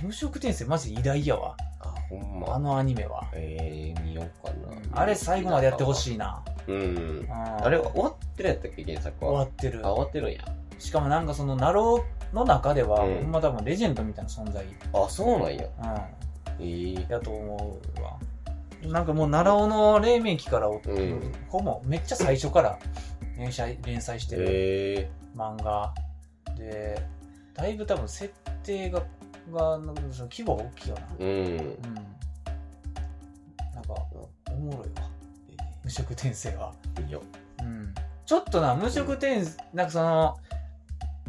Speaker 2: 無職転生マジで偉大やわ。
Speaker 1: あ、ほんま。
Speaker 2: あのアニメは。
Speaker 1: ええー、見ようかな。
Speaker 2: あれ最後までやってほ
Speaker 1: い。
Speaker 2: しいな。
Speaker 1: うん。
Speaker 2: あ
Speaker 1: あれ、終わってるやったっけ、原作
Speaker 2: 終わ
Speaker 1: は。
Speaker 2: ってる
Speaker 1: あ、。終わってるんや。
Speaker 2: しかもなんかその、ナローの中では、
Speaker 1: うん
Speaker 2: ほんま多分レジェンドみたいな存在。
Speaker 1: あ、そうなんや。
Speaker 2: うん。
Speaker 1: ええ
Speaker 2: やと思うわなんかもう奈良尾の黎明期から、
Speaker 1: ん
Speaker 2: ほぼめっちゃ最初から連載連載してる
Speaker 1: え
Speaker 2: 漫画でだいぶ多分設定ががなんかその規模が大きいよな
Speaker 1: えうん
Speaker 2: うんなんかおもろいわ無職転生は、
Speaker 1: いいよ
Speaker 2: うん、ちょっとな無職転生なんかその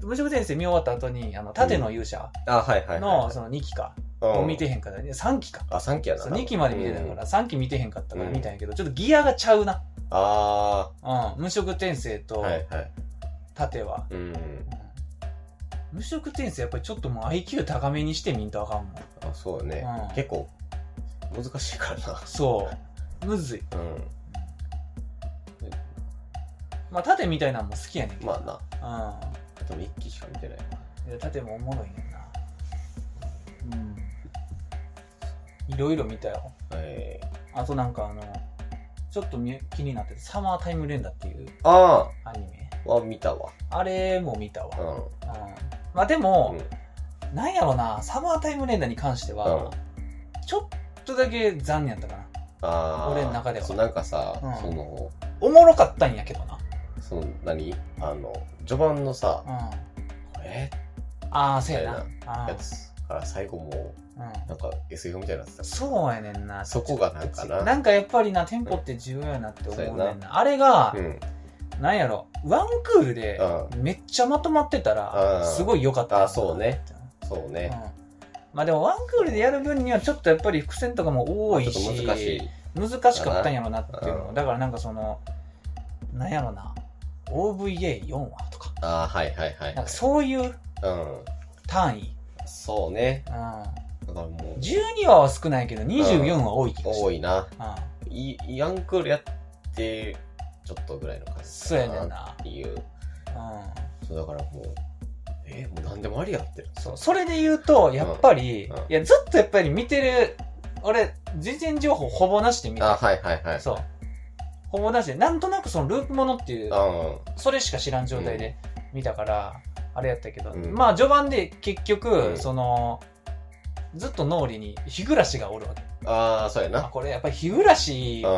Speaker 2: 無職転生見終わった後にあの盾の勇者
Speaker 1: あはいはいはい
Speaker 2: のその2期か、
Speaker 1: う
Speaker 2: を
Speaker 1: ん
Speaker 2: 見てへんから、ね、3期か
Speaker 1: あ三期やな
Speaker 2: そう2期まで見てたか
Speaker 1: うん
Speaker 2: ら、3期見てへんかったから
Speaker 1: うん
Speaker 2: 見たんやけど、ちょっとギアがちゃうな。
Speaker 1: あ
Speaker 2: うん、無職転生
Speaker 1: あ
Speaker 2: と
Speaker 1: はいはい
Speaker 2: 盾は。
Speaker 1: うん
Speaker 2: うん無職転生やっぱりちょっともう IQ 高めにしてみんとあかんもん。
Speaker 1: あそうね
Speaker 2: うん
Speaker 1: 結構難しいから
Speaker 2: そう。むずい。
Speaker 1: なうん
Speaker 2: まあ盾みたいなのも好きやねんけど。
Speaker 1: まあなあと一期しか見てない
Speaker 2: うん。いや盾もおもろいねんな。うん。いろいろ見たよ。
Speaker 1: えー
Speaker 2: あとなんかあの、ちょっと見気になってて、サマータイムレンダーっていう
Speaker 1: あ
Speaker 2: アニメ。
Speaker 1: あは見たわ
Speaker 2: あれも見たわ。
Speaker 1: う
Speaker 2: うんまあでも
Speaker 1: ん、
Speaker 2: なんやろな、サマータイムレンダーに関しては、ちょっとだけ残念やったかな。
Speaker 1: ああ
Speaker 2: 俺の中では
Speaker 1: そうなんかさ
Speaker 2: うん
Speaker 1: その
Speaker 2: おもろかったんやけどな。
Speaker 1: その何あの序盤のさ
Speaker 2: うん。あ
Speaker 1: え
Speaker 2: あー、そうや
Speaker 1: そう
Speaker 2: な。あ
Speaker 1: やつから最後も
Speaker 2: ー
Speaker 1: うなんか SF みたいになって
Speaker 2: うん。
Speaker 1: た
Speaker 2: そうやねんな。
Speaker 1: そこがなんかな
Speaker 2: なんかやっぱりな、テンポって重要やなって思うねん
Speaker 1: そうや
Speaker 2: な。あれが
Speaker 1: う、ん
Speaker 2: なんやろ、ワンクールで
Speaker 1: う
Speaker 2: めっちゃまとまってた
Speaker 1: う
Speaker 2: ら、
Speaker 1: ん
Speaker 2: すごい良かった。
Speaker 1: あそうね。そう
Speaker 2: う
Speaker 1: ね
Speaker 2: ん。まあでもワンクールでやる分にはちょっとやっぱり伏線とかも多いし、
Speaker 1: ちょっと難しい
Speaker 2: 難しかったんやろなっていうの
Speaker 1: う
Speaker 2: を
Speaker 1: ん
Speaker 2: だからなんかそのなんやろな OVA4 話とか
Speaker 1: ああはいはいはい
Speaker 2: なんかそういう
Speaker 1: うん
Speaker 2: 単位、
Speaker 1: そうね
Speaker 2: うん、
Speaker 1: だからもう
Speaker 2: 12話は少ないけど24話多い気がして、
Speaker 1: 多いな
Speaker 2: うん、
Speaker 1: いヤンクールやってちょっとぐらいの感じ
Speaker 2: そうやねん
Speaker 1: っ
Speaker 2: な、
Speaker 1: ていう
Speaker 2: う
Speaker 1: そうだからもうえもう何でもありやってる
Speaker 2: ん、そうそれで言うとやっぱり、
Speaker 1: うんうん
Speaker 2: いやずっとやっぱり見てる俺事前情報ほぼなしで見てる
Speaker 1: あはいはいはい
Speaker 2: そうほぼなしでなんとなくそのループものっていう
Speaker 1: うん
Speaker 2: それしか知らん状態で見たから、あれやったけど、
Speaker 1: うん
Speaker 2: まあ序盤で結局、
Speaker 1: うん
Speaker 2: そのずっと脳裏に日暮がおるわけ
Speaker 1: ああそうや
Speaker 2: あ
Speaker 1: な
Speaker 2: これやっぱり日暮っ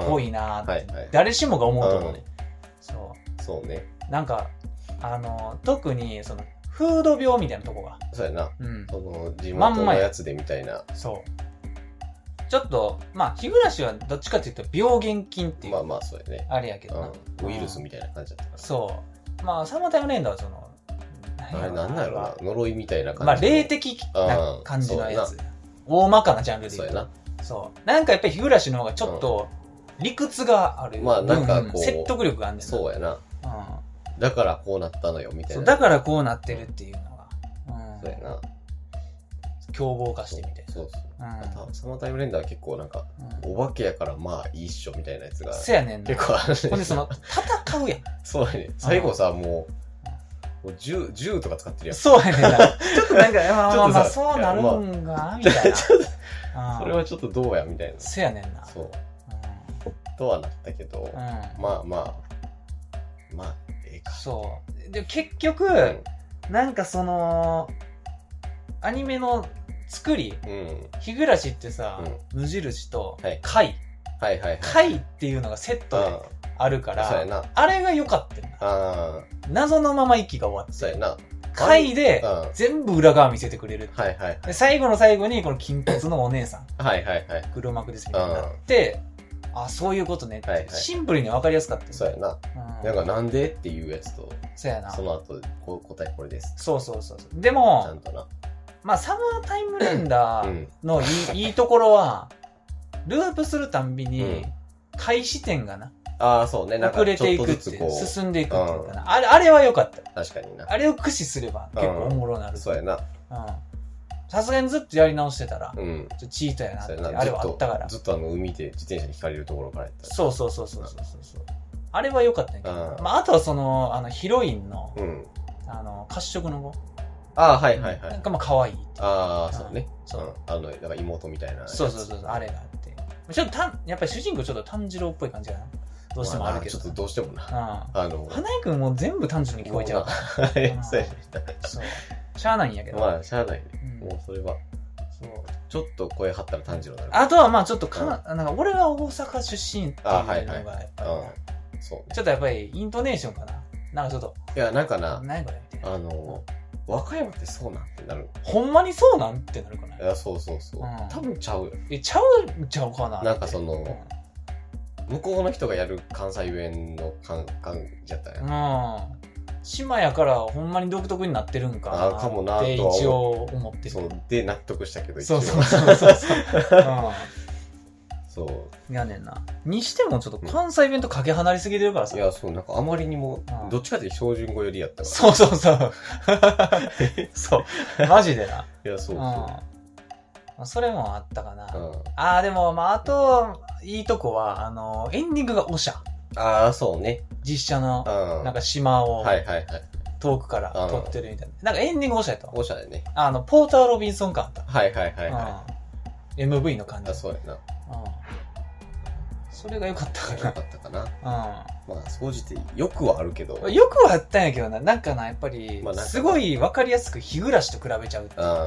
Speaker 2: ぽいな
Speaker 1: う
Speaker 2: って、
Speaker 1: んはいはい
Speaker 2: 誰しもが思うと思うね、そ
Speaker 1: そうね
Speaker 2: うなんかあの特にその風土病みたいなとこが
Speaker 1: そうやな
Speaker 2: うん
Speaker 1: その地
Speaker 2: まん
Speaker 1: 元
Speaker 2: ま
Speaker 1: の
Speaker 2: や
Speaker 1: やつでみたいな
Speaker 2: そうちょっとまあ日暮はどっちかっていうと病原菌っていう、
Speaker 1: まあまあそうやね
Speaker 2: あれやけどな、
Speaker 1: うんウイルスみたいな感じだった
Speaker 2: そうまあサマータイムレンダーはその何
Speaker 1: あれなんだろうな呪いみたいな感じ
Speaker 2: まあ、霊的な感じのやつ。大まかなジャンルで
Speaker 1: そ
Speaker 2: 言
Speaker 1: う
Speaker 2: う
Speaker 1: や
Speaker 2: と
Speaker 1: な。
Speaker 2: そう。なんかやっぱり日暮の方がちょっと理屈がある。
Speaker 1: まあなんかこう
Speaker 2: う説得力があるんだよ
Speaker 1: そうやな
Speaker 2: な。
Speaker 1: だからこうなったのよみ
Speaker 2: うん。
Speaker 1: たい
Speaker 2: そう。
Speaker 1: な
Speaker 2: だからこうなってるっていうのが。うん。
Speaker 1: そうやな
Speaker 2: 凶暴化してみて。
Speaker 1: そうそう
Speaker 2: うん
Speaker 1: あとサマータイムレンダーは結構なんか
Speaker 2: うん。
Speaker 1: お化けやからまあいいっしょみたいなやつが
Speaker 2: せやねんな。
Speaker 1: 結構あるね
Speaker 2: ほんでその、戦うやん。
Speaker 1: そうやね最後さもうもう銃銃とか使ってるやん
Speaker 2: そうやね んな。ちょっとなんか、まあまあまあ、
Speaker 1: ちょっとさ
Speaker 2: そうなるんが、み たいな。
Speaker 1: そ
Speaker 2: そ
Speaker 1: れはちょっとどうやみたいな
Speaker 2: せやねんな。
Speaker 1: そう
Speaker 2: う
Speaker 1: とはなったけど
Speaker 2: ん。うん
Speaker 1: まあまあまあええか
Speaker 2: そう。で、結局、
Speaker 1: う
Speaker 2: なんかそのアニメの作り
Speaker 1: んうん
Speaker 2: 日暮ってさ、無印と
Speaker 1: はい
Speaker 2: 貝
Speaker 1: はいはいはい
Speaker 2: 貝っていうのがセッ
Speaker 1: う
Speaker 2: トであるか
Speaker 1: んそうや
Speaker 2: ら
Speaker 1: な
Speaker 2: あれが良かったよな
Speaker 1: あ
Speaker 2: 謎のまま息が終わ
Speaker 1: ー
Speaker 2: っ
Speaker 1: そう
Speaker 2: て
Speaker 1: やな
Speaker 2: 貝で
Speaker 1: うんはい
Speaker 2: 全部裏側見せてくれるって
Speaker 1: はいはい
Speaker 2: で最後の最後にこの金髪のお 姉さん
Speaker 1: はいはいはい
Speaker 2: 黒幕ですみたいになってあそういうことねって、
Speaker 1: はいはい
Speaker 2: シンプルに分かりやすかったよ
Speaker 1: そうやな
Speaker 2: うん
Speaker 1: なんかなんでっていうやつと
Speaker 2: そうやな
Speaker 1: その後こう答えこれです
Speaker 2: そうそうそうそう
Speaker 1: ち
Speaker 2: で
Speaker 1: ゃ
Speaker 2: も
Speaker 1: んとな
Speaker 2: まあサマータイムレンダー、
Speaker 1: うん
Speaker 2: の いいいいところは、ループするたんびに
Speaker 1: うん、
Speaker 2: 開始点がな、
Speaker 1: ああそうねなん
Speaker 2: 遅
Speaker 1: かちょ
Speaker 2: れ
Speaker 1: って
Speaker 2: い
Speaker 1: と
Speaker 2: くっ
Speaker 1: ずつ
Speaker 2: てい
Speaker 1: こ
Speaker 2: う、
Speaker 1: う
Speaker 2: 進んでいくっていうかな。あれ、あれは良かった。
Speaker 1: 確かにな
Speaker 2: あれを駆使すれば、結構おもろなる。
Speaker 1: そうやな
Speaker 2: うん。さすがにずっとやり直してたら、
Speaker 1: うん
Speaker 2: ちょっとチートやなっ
Speaker 1: そ
Speaker 2: て、
Speaker 1: うやな
Speaker 2: あれはあったから。
Speaker 1: ずっとずっとあの海で自転車に引かれるところからやった
Speaker 2: そうそうそうそうそうそうそう。あれは良かったんやけど、
Speaker 1: うん
Speaker 2: まあ、あとはその、あの、ヒロインの、
Speaker 1: らうん
Speaker 2: あの、褐色の子。
Speaker 1: ああはいはいは
Speaker 2: ないんかまあ、可愛いっていう。
Speaker 1: ああそうね
Speaker 2: そう
Speaker 1: うんあのなんか妹みたいなやつ
Speaker 2: そうそうそうそう、あれがあって。ちょっとたん、やっぱり主人公ちょっと炭治郎っぽい感じがな。どうしてもあるけ
Speaker 1: ま
Speaker 2: ど
Speaker 1: なちょっとどうしてもな
Speaker 2: な。うん。
Speaker 1: あの
Speaker 2: 花井くんも全部単純に聞こ えちゃうか
Speaker 1: はいそうやね
Speaker 2: ら。そう。しゃあないんやけど。
Speaker 1: まあしゃあないね
Speaker 2: うん
Speaker 1: もうそれは
Speaker 2: そう
Speaker 1: ちょっと声張ったら炭治郎になる
Speaker 2: あとはまあちょっとかな、なんか俺が大阪出身っていうのがやっぱりな、
Speaker 1: あはいはいそうね
Speaker 2: ちょっとやっぱりイントネーションかななんかちょっと
Speaker 1: いやなんかな
Speaker 2: 何これみたいな
Speaker 1: あの和歌山ってそうなんってなる
Speaker 2: ほんまにそうなんってなるかない
Speaker 1: やそうそうそう、
Speaker 2: うん
Speaker 1: 多分ちゃうよ
Speaker 2: えちゃうんちゃうかな
Speaker 1: なんかその
Speaker 2: うん
Speaker 1: 向こうの人がやる関西弁の感感じやったんや、
Speaker 2: うん島やからほんまに独特になってるんか
Speaker 1: あかもな
Speaker 2: なって
Speaker 1: とは
Speaker 2: 一応思ってる
Speaker 1: そうで納得したけど
Speaker 2: そうそうそうそうそう
Speaker 1: そ
Speaker 2: うんやねんなにしてもちょっと関西弁とかけ離れすぎてるから
Speaker 1: う
Speaker 2: さ
Speaker 1: いやそうなんかあまりにも
Speaker 2: うん
Speaker 1: どっちかというと標準語よりやったか
Speaker 2: そうそうそう そうマジでな
Speaker 1: らいやそううんそ
Speaker 2: まあそれもあったかな、
Speaker 1: う、うん、
Speaker 2: ああでもまああといいとこはあのエンディングがおしゃ
Speaker 1: ああそうね
Speaker 2: 実写
Speaker 1: うん
Speaker 2: のなんか島を
Speaker 1: はいはいはい
Speaker 2: 遠くから
Speaker 1: うん
Speaker 2: 撮ってるみたいな、なんかエンディングおしゃやったわ
Speaker 1: おしゃれね
Speaker 2: あのポーター・ロビンソン感あった、
Speaker 1: はいはいはいは
Speaker 2: うん MV の感
Speaker 1: い
Speaker 2: じ
Speaker 1: あそうやな
Speaker 2: うんそれが良かった
Speaker 1: よ
Speaker 2: か
Speaker 1: かったかな
Speaker 2: な、
Speaker 1: まあ総じてよくはあるけど
Speaker 2: うん、よくはあったんやけどななんかなやっぱり
Speaker 1: まあなんか
Speaker 2: すごい分かりやすく日暮らしと比べちゃうっていう、
Speaker 1: あ
Speaker 2: うん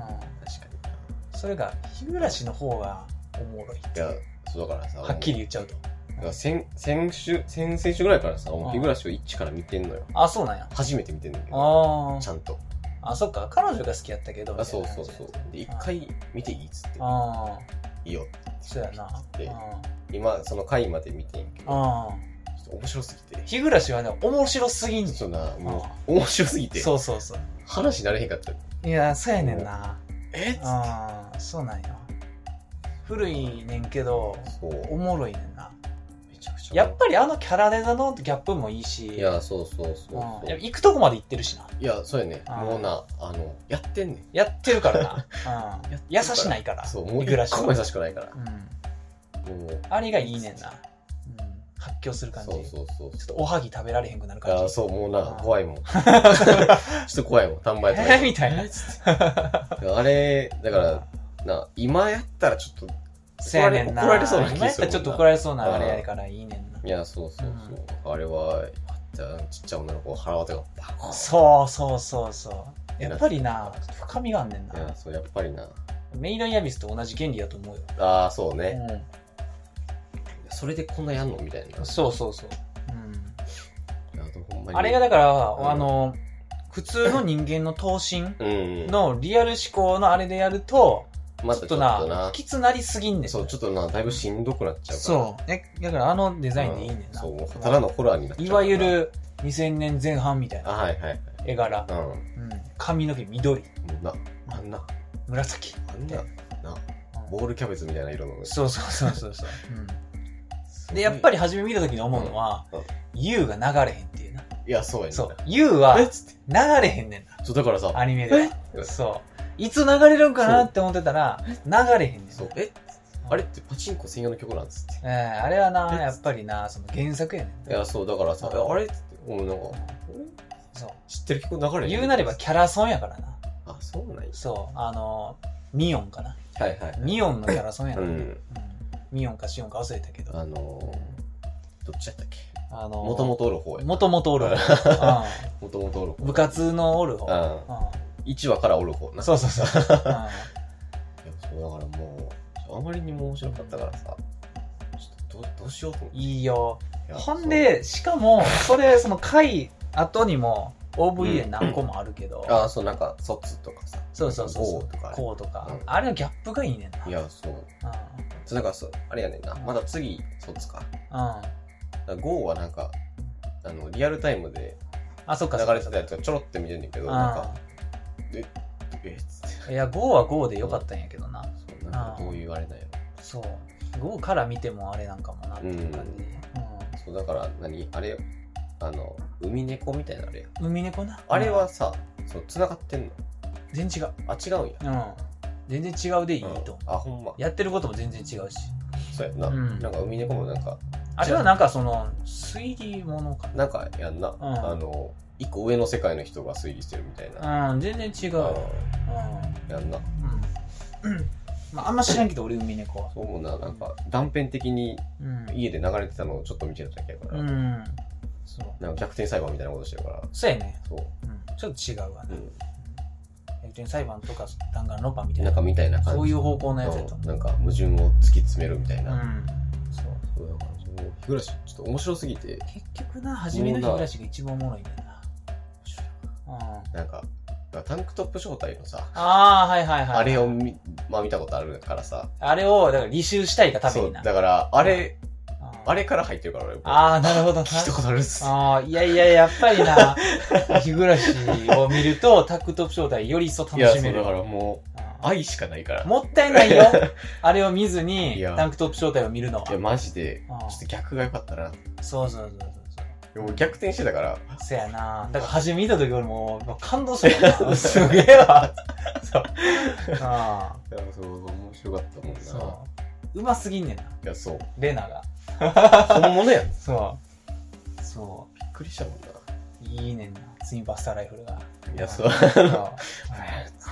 Speaker 1: あ確かに
Speaker 2: それが日暮らしの方がおもろいって
Speaker 1: いやそうだからさ
Speaker 2: はっきり言っちゃうと
Speaker 1: だから先先週先々週ぐらいからさもう日暮らしを一から見てんのよ
Speaker 2: あそうなんや
Speaker 1: 初めて見てんだけど
Speaker 2: あ
Speaker 1: ちゃんと
Speaker 2: ああそっか彼女が好きやったけどみ
Speaker 1: あ
Speaker 2: たい
Speaker 1: そう
Speaker 2: な
Speaker 1: そう
Speaker 2: 感じ
Speaker 1: そうで一回見ていいっつって
Speaker 2: ああ
Speaker 1: いいよ
Speaker 2: そうやな
Speaker 1: で今その回まで見てんけどちょ
Speaker 2: ああ
Speaker 1: っと面白すぎて
Speaker 2: 日暮らしはね面白すぎんねん
Speaker 1: ちょっとなもう面白すぎて
Speaker 2: そうそうそう
Speaker 1: 話になれへんかった
Speaker 2: いやそうやねんな
Speaker 1: えっつっ
Speaker 2: ああそうなんや古いねんけど
Speaker 1: てそう
Speaker 2: おもろいねんな
Speaker 1: めちゃくちゃ
Speaker 2: やっぱりあのキャラデザのギャップもいいし
Speaker 1: いやそうそうそう
Speaker 2: うん
Speaker 1: そう
Speaker 2: やっぱ行くとこまで行ってるしない
Speaker 1: やそうやね
Speaker 2: あー
Speaker 1: もうなあのやってんねん
Speaker 2: やってるから な、うん
Speaker 1: やってる
Speaker 2: 優
Speaker 1: から
Speaker 2: しないから
Speaker 1: そうもう
Speaker 2: 日暮らし
Speaker 1: 一
Speaker 2: は
Speaker 1: 個も優しくないから
Speaker 2: うん
Speaker 1: もう
Speaker 2: あれがいいねんな、うん、発狂する感じ
Speaker 1: そうそうそう
Speaker 2: ちょっとおはぎ食べられへんくなる
Speaker 1: いや
Speaker 2: 感
Speaker 1: ー
Speaker 2: じ
Speaker 1: そうもうな
Speaker 2: あー
Speaker 1: 怖い もんちょっと怖いもん単売とか
Speaker 2: えーみたいな
Speaker 1: えーつってあれ だからな今やったらちょっと
Speaker 2: そうやねんな
Speaker 1: 怒られそうな気するもんな
Speaker 2: 今やったらちょっと怒られそうなあれやからいいねんない
Speaker 1: やそうそうそう、あれはじゃあちっちゃい女の子腹渡がバコン
Speaker 2: そうそうそうそうやっぱりな深みがあんねん
Speaker 1: いや
Speaker 2: な
Speaker 1: そうやっぱりな
Speaker 2: メイドインアビスと同じ原理やと思うよ、
Speaker 1: ああそうね、
Speaker 2: う、
Speaker 1: それでこんなやんのみたいなん
Speaker 2: そうそうそう、うん、
Speaker 1: いやでもほんまに
Speaker 2: あれがだから、
Speaker 1: うん
Speaker 2: あの普通の人間の等身
Speaker 1: うんうん
Speaker 2: のリアル思考のあれでやると、
Speaker 1: ま
Speaker 2: ち
Speaker 1: た
Speaker 2: ょ
Speaker 1: ちょ
Speaker 2: っ
Speaker 1: っ
Speaker 2: と
Speaker 1: と
Speaker 2: な
Speaker 1: な
Speaker 2: きつなりすぎんねん
Speaker 1: そうちょっとなだいぶしんどくなっちゃうから
Speaker 2: そうえだからあのデザインでいいねんな、
Speaker 1: そうもうただのホラーになっちゃう
Speaker 2: い
Speaker 1: から
Speaker 2: わゆる2000年前半みたい
Speaker 1: あ
Speaker 2: な
Speaker 1: はいはいはい
Speaker 2: 絵柄
Speaker 1: う、んも
Speaker 2: うん、髪の毛緑
Speaker 1: うなあんな
Speaker 2: 紫、
Speaker 1: あんなな
Speaker 2: うん
Speaker 1: ボールキャベツみたいな色の
Speaker 2: そうそうそうそうそう、うん、でやっぱ
Speaker 1: り
Speaker 2: り初め見た時に思うのは
Speaker 1: うんうん
Speaker 2: 「YOU、が流れへんっていうない
Speaker 1: やそうやねんな
Speaker 2: そう「YOU は
Speaker 1: えっつって
Speaker 2: 流れへんねんな
Speaker 1: そうだからさ
Speaker 2: アニメ
Speaker 1: え
Speaker 2: でそういつ流れるんかなって思ってたら流れへんねん
Speaker 1: そ
Speaker 2: な
Speaker 1: うえあれってパチンコ専用の曲なんですっ
Speaker 2: ええあれはな
Speaker 1: え
Speaker 2: やっぱりなその原作やねん
Speaker 1: ていやそうだからさ
Speaker 2: うん
Speaker 1: あれっつっておなんか
Speaker 2: そう
Speaker 1: 知ってる曲流れへん
Speaker 2: 言うなればキャラソンやからな
Speaker 1: あそうなんや
Speaker 2: そうあのミヨンかな
Speaker 1: はいはい
Speaker 2: ミヨンのキャラソンやな、
Speaker 1: う
Speaker 2: うん
Speaker 1: ん
Speaker 2: ミヨンかシオンか忘れたけど
Speaker 1: あのーどっちやったっけ
Speaker 2: あの
Speaker 1: もともとおる方や
Speaker 2: もともとおる、
Speaker 1: もともとおる
Speaker 2: う
Speaker 1: 方
Speaker 2: ん部活のおる
Speaker 1: う
Speaker 2: 方、
Speaker 1: ん
Speaker 2: う、
Speaker 1: 1話からおる方なん
Speaker 2: そうそ うそう、う
Speaker 1: い
Speaker 2: ん
Speaker 1: やそうだからもうあまりにも面白かったからさちょっとどうどうしようと思って
Speaker 2: いいよ
Speaker 1: いや
Speaker 2: ほんでしかもそれその回後にも OVA
Speaker 1: うん
Speaker 2: 何個もあるけど、
Speaker 1: そうあそうなんか卒とかさ
Speaker 2: そうそうそうそ
Speaker 1: ゴーとかあれ
Speaker 2: うこうとか、
Speaker 1: うん
Speaker 2: あれのギャップがいいねんない
Speaker 1: やそう
Speaker 2: う
Speaker 1: そうだからそうあれやねんなまだ次卒か
Speaker 2: ん、うん、
Speaker 1: だから GO はなんかあのリアルタイムで
Speaker 2: あそっかそっ
Speaker 1: 流
Speaker 2: か
Speaker 1: れてたやつがちょろって見てんねんけど
Speaker 2: うん
Speaker 1: なんかえっつって
Speaker 2: いや5は5でよかったんやけどな
Speaker 1: そうなんかどういうあれなんや
Speaker 2: そう5から見てもあれなんかもなっていう感じ、
Speaker 1: ろそうだから何あれあの海猫みたいなあれや
Speaker 2: うん海猫な
Speaker 1: あれはさそう繋がってんの
Speaker 2: 全然違う
Speaker 1: あ違うんや
Speaker 2: うん全然違うでいいと
Speaker 1: うん
Speaker 2: 思う、
Speaker 1: あほんま
Speaker 2: やってることも全然違うし
Speaker 1: そうやんな
Speaker 2: うん
Speaker 1: なんか海猫もなんか
Speaker 2: あれはなんかその推理ものか
Speaker 1: なんかやんな、
Speaker 2: ん
Speaker 1: あの一個上の世界の人が推理してるみたいな、
Speaker 2: なうん全然違うよ
Speaker 1: うんやんな
Speaker 2: うん、うんまあ、あんま知らんけど俺海猫は
Speaker 1: そうもななんか断片的に
Speaker 2: うん
Speaker 1: 家で流れてたのをちょっと見てただけやから、
Speaker 2: うんそう
Speaker 1: なんか逆転裁判みたいなことしてるから
Speaker 2: そうやね、
Speaker 1: そう、
Speaker 2: うん、ちょっと違うわ
Speaker 1: う
Speaker 2: ね
Speaker 1: ん
Speaker 2: 逆転裁判とか弾丸論破みたい
Speaker 1: な
Speaker 2: なん
Speaker 1: かみたいな感じ
Speaker 2: そういう方向のやつやと
Speaker 1: うん
Speaker 2: 思う
Speaker 1: なんか矛盾を突き詰めるみたいな、
Speaker 2: うんそう
Speaker 1: そうだからもうぐらし、ちょっと面白すぎて、
Speaker 2: 結局な、初めの日暮らしが一番おもろいんだよな。うん、
Speaker 1: なんか、タンクトップ招待のさ、
Speaker 2: ああ、はいはいはい。
Speaker 1: あれを。見、まあ見たことあるからさ、
Speaker 2: あれを、だから履修したいがため
Speaker 1: そ
Speaker 2: に
Speaker 1: う、
Speaker 2: な。
Speaker 1: だから、あれ、あ
Speaker 2: れ
Speaker 1: れから入ってるから俺、
Speaker 2: ああ、なるほどな。
Speaker 1: 聞いたことあるっす。
Speaker 2: ああ、いやいや、やっぱり な、日暮らしを見ると、タックトップ招待より一層楽
Speaker 1: いや、そ
Speaker 2: しめ
Speaker 1: う
Speaker 2: る
Speaker 1: だ。からもう、
Speaker 2: うん
Speaker 1: 愛しかないから。
Speaker 2: もったいない よ。あれを見ずに
Speaker 1: い、や
Speaker 2: タンクトップ招待を見るのは。
Speaker 1: いや、マジで、
Speaker 2: うん
Speaker 1: ちょっと逆が良かったな。
Speaker 2: そうそうそうそう
Speaker 1: でも逆転してたから、
Speaker 2: そう。そやな。だから初め見た時俺もう、もう感動 したもん。すげえわ。そう。あ
Speaker 1: いや、そう、面白かったもんな。
Speaker 2: あ、そう。うますぎんねんな、
Speaker 1: いや、そう。
Speaker 2: レナが。
Speaker 1: 本物やん。び
Speaker 2: そう。そ
Speaker 1: っくりしたもんな。
Speaker 2: う。いいねんな。ツインバスターライフルが。
Speaker 1: いや、そう。
Speaker 2: そう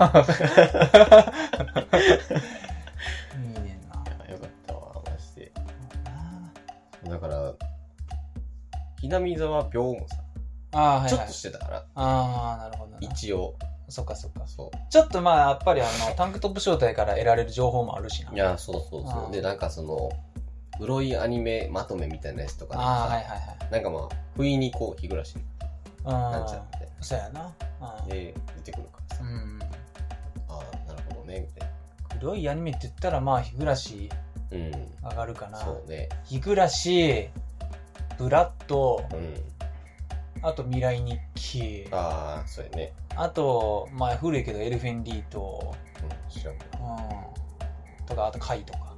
Speaker 2: うんいいねんな。
Speaker 1: よかったわ、マジで。だから、ひなみ沢病もさ、
Speaker 2: ああー、はい
Speaker 1: ちょ
Speaker 2: は
Speaker 1: っ
Speaker 2: い
Speaker 1: と。してたから、
Speaker 2: ああ、なるほどな。
Speaker 1: 一応、
Speaker 2: そっかそっか。
Speaker 1: そ
Speaker 2: ちょっとまあ、やっぱりあの、タンクトップ招待から得られる情報もあるしな。
Speaker 1: う。いや、そうそう
Speaker 2: あ
Speaker 1: そ
Speaker 2: ー
Speaker 1: う。で、なんかその、うろいアニメまとめみたいなやつとかでも
Speaker 2: ああ、はい
Speaker 1: さ、
Speaker 2: はいはい。
Speaker 1: なんかまあ、不意にこう、日暮らしになっちゃうみたい
Speaker 2: うん。そうやな。
Speaker 1: な。で、出てくるから
Speaker 2: う
Speaker 1: さ、
Speaker 2: ん。
Speaker 1: ああ、なるほどね、みたい
Speaker 2: 黒いアニメって言ったら、まあ、日暮らし
Speaker 1: な。うん。
Speaker 2: 上がるかな。
Speaker 1: そうね。
Speaker 2: 日暮らし、ブラッド、
Speaker 1: うん。
Speaker 2: あと未来日記、あ
Speaker 1: ああ、そうやね。
Speaker 2: と、まあ、古いけどエルフェンリーと、
Speaker 1: うん、知らんけど。
Speaker 2: うん。とか、あと貝とか、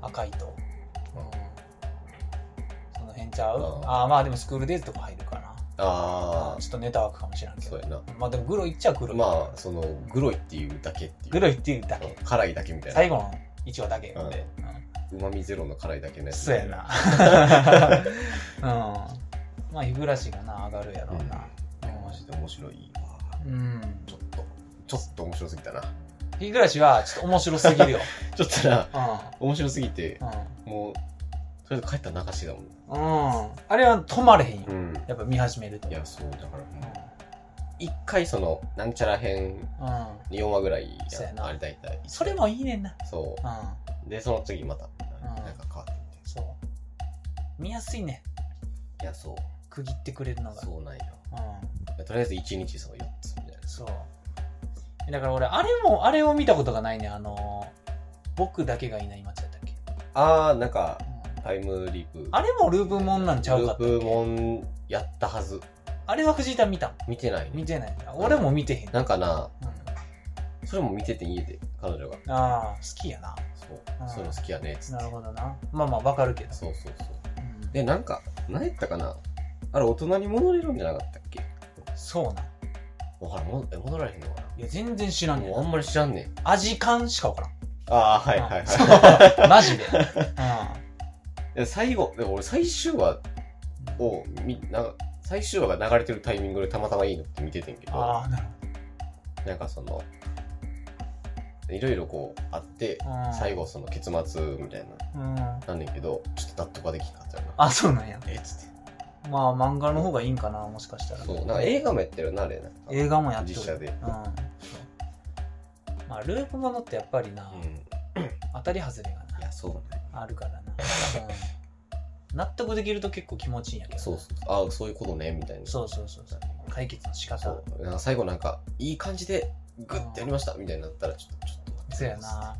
Speaker 1: あ
Speaker 2: 赤いと。
Speaker 1: う
Speaker 2: うんん。その辺ちゃう
Speaker 1: うん
Speaker 2: ああ、まあでもスクールデイズとか入るかな。
Speaker 1: あ
Speaker 2: ちょっとネタ枠かもしれん
Speaker 1: ー、
Speaker 2: け
Speaker 1: そう
Speaker 2: ど。
Speaker 1: やな。
Speaker 2: まあでもグロいっちゃグロい。
Speaker 1: まあ、その、グロいっていうだけっていう。
Speaker 2: グロいっていうだけ。
Speaker 1: うん辛いだけみたいな。
Speaker 2: 最後の一話だけで。
Speaker 1: うん
Speaker 2: うん
Speaker 1: うまみゼロの辛いだけのやつ。
Speaker 2: そうや な。うん。まあ、日暮らしがな、上がるやろうな。
Speaker 1: いや。マジで面白いわ。
Speaker 2: うん。
Speaker 1: ちょっと、ちょっと面白すぎた な。
Speaker 2: 日暮らしは、ちょっと面白すぎる よ。
Speaker 1: ちょっとな、
Speaker 2: うん。
Speaker 1: 面白すぎて、
Speaker 2: うん。
Speaker 1: もう、とりあえず帰ったら泣かしてたもん。
Speaker 2: うん。あれは止まれへんよ。
Speaker 1: ん。
Speaker 2: やっぱ見始めると。
Speaker 1: い
Speaker 2: うん。
Speaker 1: や、そう、だから、一回その、なんちゃら編、
Speaker 2: うん。
Speaker 1: 4話ぐらい
Speaker 2: そうや
Speaker 1: やん。
Speaker 2: な
Speaker 1: あれ大体。
Speaker 2: それもいいねんな。
Speaker 1: そ
Speaker 2: うん。
Speaker 1: う。で、その次また、
Speaker 2: ん
Speaker 1: なんか変わってみて。
Speaker 2: そう。見やすいね。
Speaker 1: いや、そう。
Speaker 2: 区切ってくれるのが。う
Speaker 1: そうなんよ。
Speaker 2: ん。
Speaker 1: いやとりあえず1日その4つみたいな。
Speaker 2: そう。だから俺、あれも、あれを見たことがないね。あのー、僕だけがいない街だったっけ。
Speaker 1: あー、なんか、
Speaker 2: うん
Speaker 1: タイムリープ。
Speaker 2: あれもループもんなんちゃうかったっけ
Speaker 1: ループモンやったはず。
Speaker 2: あれは藤井田見たん
Speaker 1: 見てないね
Speaker 2: 見てないんだ俺も見てへん、
Speaker 1: なんかな、
Speaker 2: うん
Speaker 1: それも見てて家で、彼女が。
Speaker 2: ああ好きやな
Speaker 1: そう
Speaker 2: うん。
Speaker 1: そういうの好きやね、っつっ
Speaker 2: な
Speaker 1: て
Speaker 2: る。ほどなまあまあわかるけど、
Speaker 1: そうそうそう。
Speaker 2: うん
Speaker 1: で、なんか、何やったかなあれ、大人に戻れるんじゃなかったっけ
Speaker 2: そうなん
Speaker 1: わからん、もえ戻られへんのか
Speaker 2: いや全然知ら
Speaker 1: なん
Speaker 2: ね
Speaker 1: も
Speaker 2: ん
Speaker 1: うあんまり知らんねん。
Speaker 2: 味感しかわからん
Speaker 1: ああ、はいはい
Speaker 2: うん
Speaker 1: は
Speaker 2: そうマジ で、
Speaker 1: い。 で最後、でも俺最終話
Speaker 2: うん、
Speaker 1: を見、な最終話が流れてるタイミングでたまたまいいのって見ててんけど、
Speaker 2: ああなるほ
Speaker 1: なんかその、いろいろこうあって、
Speaker 2: ど、うん、
Speaker 1: 最後その結末みたいな、
Speaker 2: うん
Speaker 1: なんねんけど、ちょっと納得ができなかったよな。
Speaker 2: あそうなんや
Speaker 1: えっつって。
Speaker 2: まあ漫画の方がいいんかなもしかしたら
Speaker 1: そう、なんか映画もやってるよな、あれ。なんか
Speaker 2: 映画もやってる
Speaker 1: 実写で
Speaker 2: うんそうまあループものってやっぱりな、
Speaker 1: うん。
Speaker 2: 当たり外れがない
Speaker 1: や、そうだね。
Speaker 2: あるからな、うん、納得できると結構気持ちいいんやけどな
Speaker 1: そうそうそう。ああ、そういうことね、みたいな。
Speaker 2: そうそうそうそう解決の仕方
Speaker 1: そ
Speaker 2: そう
Speaker 1: なんか最後なんかいい感じでグッてやりましたみたいになったらちょっとちょっと待って
Speaker 2: やな、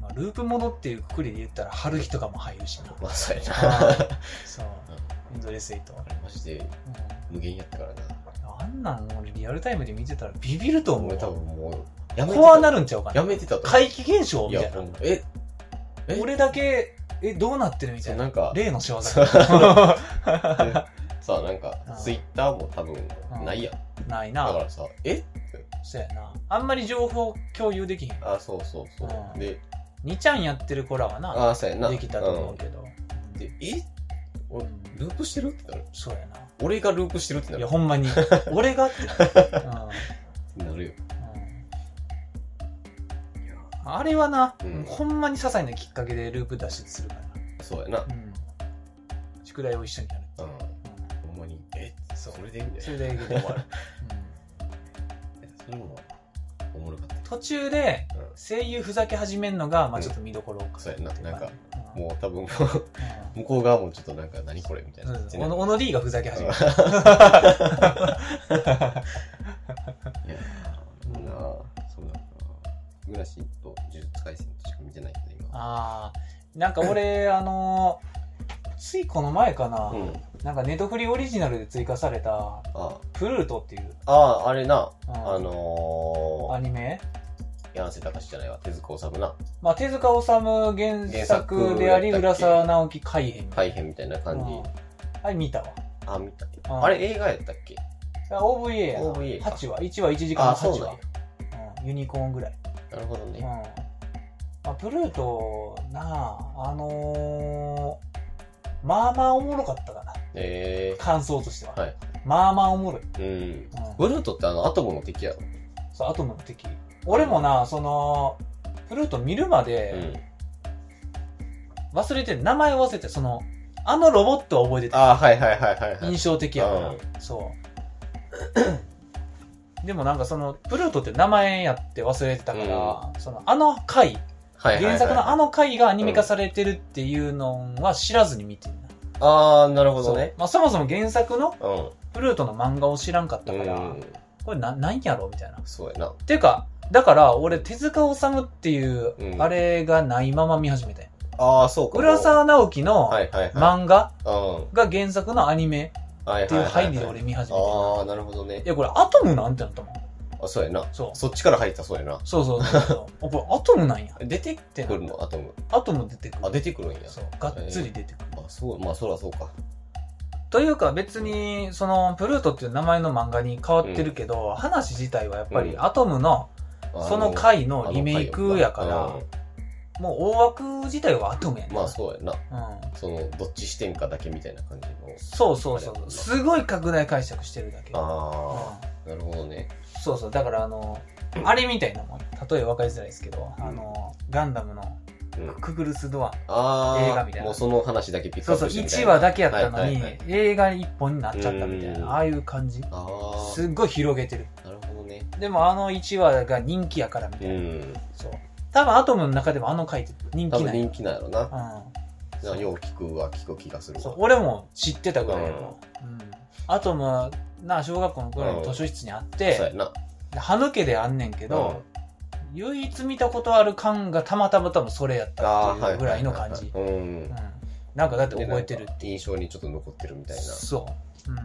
Speaker 2: まあ、ループものっていうくくりで言ったら春日とかも入るしな
Speaker 1: まあそうやな
Speaker 2: そうエンドレスエイト、
Speaker 1: あれマジで
Speaker 2: う、
Speaker 1: 無限やったからなん
Speaker 2: あんなんもうリアルタイムで見てたらビビると思う
Speaker 1: 俺多
Speaker 2: わ
Speaker 1: 分もうやめて
Speaker 2: 怖な
Speaker 1: た
Speaker 2: るんちゃうかな
Speaker 1: やめてたと
Speaker 2: 怪奇現象
Speaker 1: い
Speaker 2: みた
Speaker 1: や
Speaker 2: い
Speaker 1: ほん
Speaker 2: な
Speaker 1: まええ
Speaker 2: 俺だけえどうなってるみた
Speaker 1: そう
Speaker 2: い
Speaker 1: な
Speaker 2: なん
Speaker 1: か
Speaker 2: 例の仕業
Speaker 1: そ
Speaker 2: か
Speaker 1: さあなんかツイッターも多分ないやん
Speaker 2: ない
Speaker 1: だか
Speaker 2: な
Speaker 1: らさえ
Speaker 2: そうやなあんまり情報共有できへん
Speaker 1: あそうそうそう
Speaker 2: うん
Speaker 1: で
Speaker 2: 2ちゃんやってる子らはな
Speaker 1: あそうやな
Speaker 2: できたと思うけど、
Speaker 1: うんでえお
Speaker 2: うん
Speaker 1: ループしてるってなる
Speaker 2: そうやな
Speaker 1: 俺がループしてるってないる
Speaker 2: や、ほん まに。俺がって。
Speaker 1: なる
Speaker 2: う
Speaker 1: よ
Speaker 2: んうんあれはな、
Speaker 1: うん
Speaker 2: ほんまに些細なきっかけでループ脱出するから。
Speaker 1: そうやな
Speaker 2: うん宿題を一緒にやるって
Speaker 1: う
Speaker 2: い
Speaker 1: ん
Speaker 2: う。
Speaker 1: ほんまにえ
Speaker 2: そ
Speaker 1: そうれでいいんだ
Speaker 2: うん
Speaker 1: よ
Speaker 2: それで終わる。
Speaker 1: それもおもろかった
Speaker 2: 途中で
Speaker 1: うん
Speaker 2: 声優ふざけ始めるのが、まあ
Speaker 1: うん
Speaker 2: ちょっと見どころか。
Speaker 1: そうやななんか
Speaker 2: うん、
Speaker 1: もう多分もう
Speaker 2: うん
Speaker 1: 向こう側もちょっとなんか、何これみたいな。
Speaker 2: 小野小野 D がふざけ始め た。
Speaker 1: いやー、みんな、そうだな。ムラシと呪術廻戦としか見てないけど、今。
Speaker 2: あーなんか俺、あのーついこの前かな、
Speaker 1: うん。
Speaker 2: なんかネットフリオリジナルで追加された、
Speaker 1: あ
Speaker 2: プルートっていう、
Speaker 1: あ、ああ、あれな、
Speaker 2: うん
Speaker 1: あの
Speaker 2: アニメ。
Speaker 1: ー、柳瀬隆じゃないわ、手塚治虫な、
Speaker 2: まあ、手塚治虫原作であ
Speaker 1: 原作
Speaker 2: り、
Speaker 1: や
Speaker 2: 浦
Speaker 1: ったっけ
Speaker 2: 沢直樹改編。
Speaker 1: 大変みたいな感じ。
Speaker 2: うんあれ見たわ。
Speaker 1: あ、見た。
Speaker 2: あ
Speaker 1: あれ映画やったっけ
Speaker 2: OVA やな。
Speaker 1: OVA か
Speaker 2: 8話、1話1時間
Speaker 1: あ
Speaker 2: 8
Speaker 1: そうなん
Speaker 2: 話
Speaker 1: や。
Speaker 2: うんユニコーンぐらい。
Speaker 1: なるほど
Speaker 2: うん
Speaker 1: ね。
Speaker 2: まあ、プルートなあ、あのーまあまあおもろかったかな。
Speaker 1: え
Speaker 2: 感想としては。
Speaker 1: はい
Speaker 2: まあまあおもろい。
Speaker 1: ー、うん。
Speaker 2: うん
Speaker 1: ブルートってあの、アトムの敵やろ。
Speaker 2: そう、アトムの敵。俺もな、その、プルート見るま
Speaker 1: う
Speaker 2: で
Speaker 1: ん。
Speaker 2: 忘れてる、名前忘れてる、その、あのロボットは覚えてた。
Speaker 1: あー、はいはいはいはいはい。
Speaker 2: 印象的やから、
Speaker 1: うん
Speaker 2: そう。で もなんかその、プルートって名前やって忘れてたから、その、あの回、
Speaker 1: はいはいはい
Speaker 2: 原作のあの回がアニメ化されてるっていうのは知らずに見てるな。
Speaker 1: あー、なるほ
Speaker 2: そう
Speaker 1: どね。
Speaker 2: まあそもそも原作の
Speaker 1: うん。
Speaker 2: プルートの漫画を知らんかった
Speaker 1: う
Speaker 2: から、
Speaker 1: ん。
Speaker 2: これな、なんやろみたいな。
Speaker 1: そうやな。
Speaker 2: ていうか、だから俺手塚治虫っていう
Speaker 1: う、ん
Speaker 2: あれがないまま見始めたよ。
Speaker 1: あー、そうか。
Speaker 2: 浦沢直樹の
Speaker 1: はいはいはい。
Speaker 2: 漫画
Speaker 1: うん。
Speaker 2: が原作のアニメ
Speaker 1: はいはいはい。
Speaker 2: っていう入りで俺見始めてんな
Speaker 1: あー、なるほどね
Speaker 2: い。や、これアトムなんてなったもん。
Speaker 1: あ、そうやな。
Speaker 2: そう。
Speaker 1: そっちから入ったそうやな。
Speaker 2: そうそうそうそう。あ、これアトムなんや。
Speaker 1: 出て
Speaker 2: てな
Speaker 1: くるのアトム。
Speaker 2: アトム出てくる。
Speaker 1: あ、出てくるんや。
Speaker 2: そう。がっつり出てくる。
Speaker 1: あ、そう、まあそらそうか。
Speaker 2: というか別に、その、プルートっていう名前の漫画に変わってるけど、話自体はやっぱり
Speaker 1: うん
Speaker 2: アトムの
Speaker 1: あ
Speaker 2: その回のリメイクやから、もう大枠自体はアトムや
Speaker 1: う
Speaker 2: ね
Speaker 1: んまあそうやな。
Speaker 2: うん。
Speaker 1: その、どっち視点かだけみたいな感じの。
Speaker 2: そうそうそ
Speaker 1: あれやもん
Speaker 2: う。
Speaker 1: な
Speaker 2: すごい拡大解釈してるだけ。
Speaker 1: あ
Speaker 2: うん
Speaker 1: あ、なるほどね。
Speaker 2: そうそう。だから あの、あれみたいなもん。例え分かりづらいですけど、あの、ガンダムの
Speaker 1: うん。
Speaker 2: クグルスドア
Speaker 1: あ
Speaker 2: 映画みたい
Speaker 1: あ、
Speaker 2: な
Speaker 1: もうその話だけピック
Speaker 2: そ
Speaker 1: ア
Speaker 2: う
Speaker 1: ッ
Speaker 2: そう、
Speaker 1: プしてみたい
Speaker 2: 1
Speaker 1: な。
Speaker 2: 話だけやったの
Speaker 1: はい
Speaker 2: に
Speaker 1: はいはい、
Speaker 2: 映画1本になっちゃったみたい
Speaker 1: うん
Speaker 2: な、ああいう感じ。
Speaker 1: あ
Speaker 2: すっごい広げてる。
Speaker 1: あ、なるほどね。
Speaker 2: でもあの1話が人気やからみた
Speaker 1: う
Speaker 2: いな。
Speaker 1: ん。
Speaker 2: そう。多分アトムの中でもあの回って人
Speaker 1: 多
Speaker 2: 気
Speaker 1: 分
Speaker 2: ない。
Speaker 1: 人気なんやろな。
Speaker 2: そ
Speaker 1: な
Speaker 2: う
Speaker 1: よう聞くは聞く気がする
Speaker 2: うん。そう
Speaker 1: わ。
Speaker 2: 俺も知ってたぐらいやから。うん。アトム、な、小学校の頃の図書室にあっ
Speaker 1: そうや
Speaker 2: て、
Speaker 1: な。
Speaker 2: で歯抜けであんねんけ
Speaker 1: うん
Speaker 2: ど、唯一見たことある感がたまたま多分それやった
Speaker 1: あ
Speaker 2: っ
Speaker 1: ー
Speaker 2: て
Speaker 1: はいいう
Speaker 2: ぐらいの感じ。
Speaker 1: はいはいはいうん
Speaker 2: うん。なんかだって覚えてる
Speaker 1: でなんか印象にちょっと残ってるみたいな
Speaker 2: そう、うん、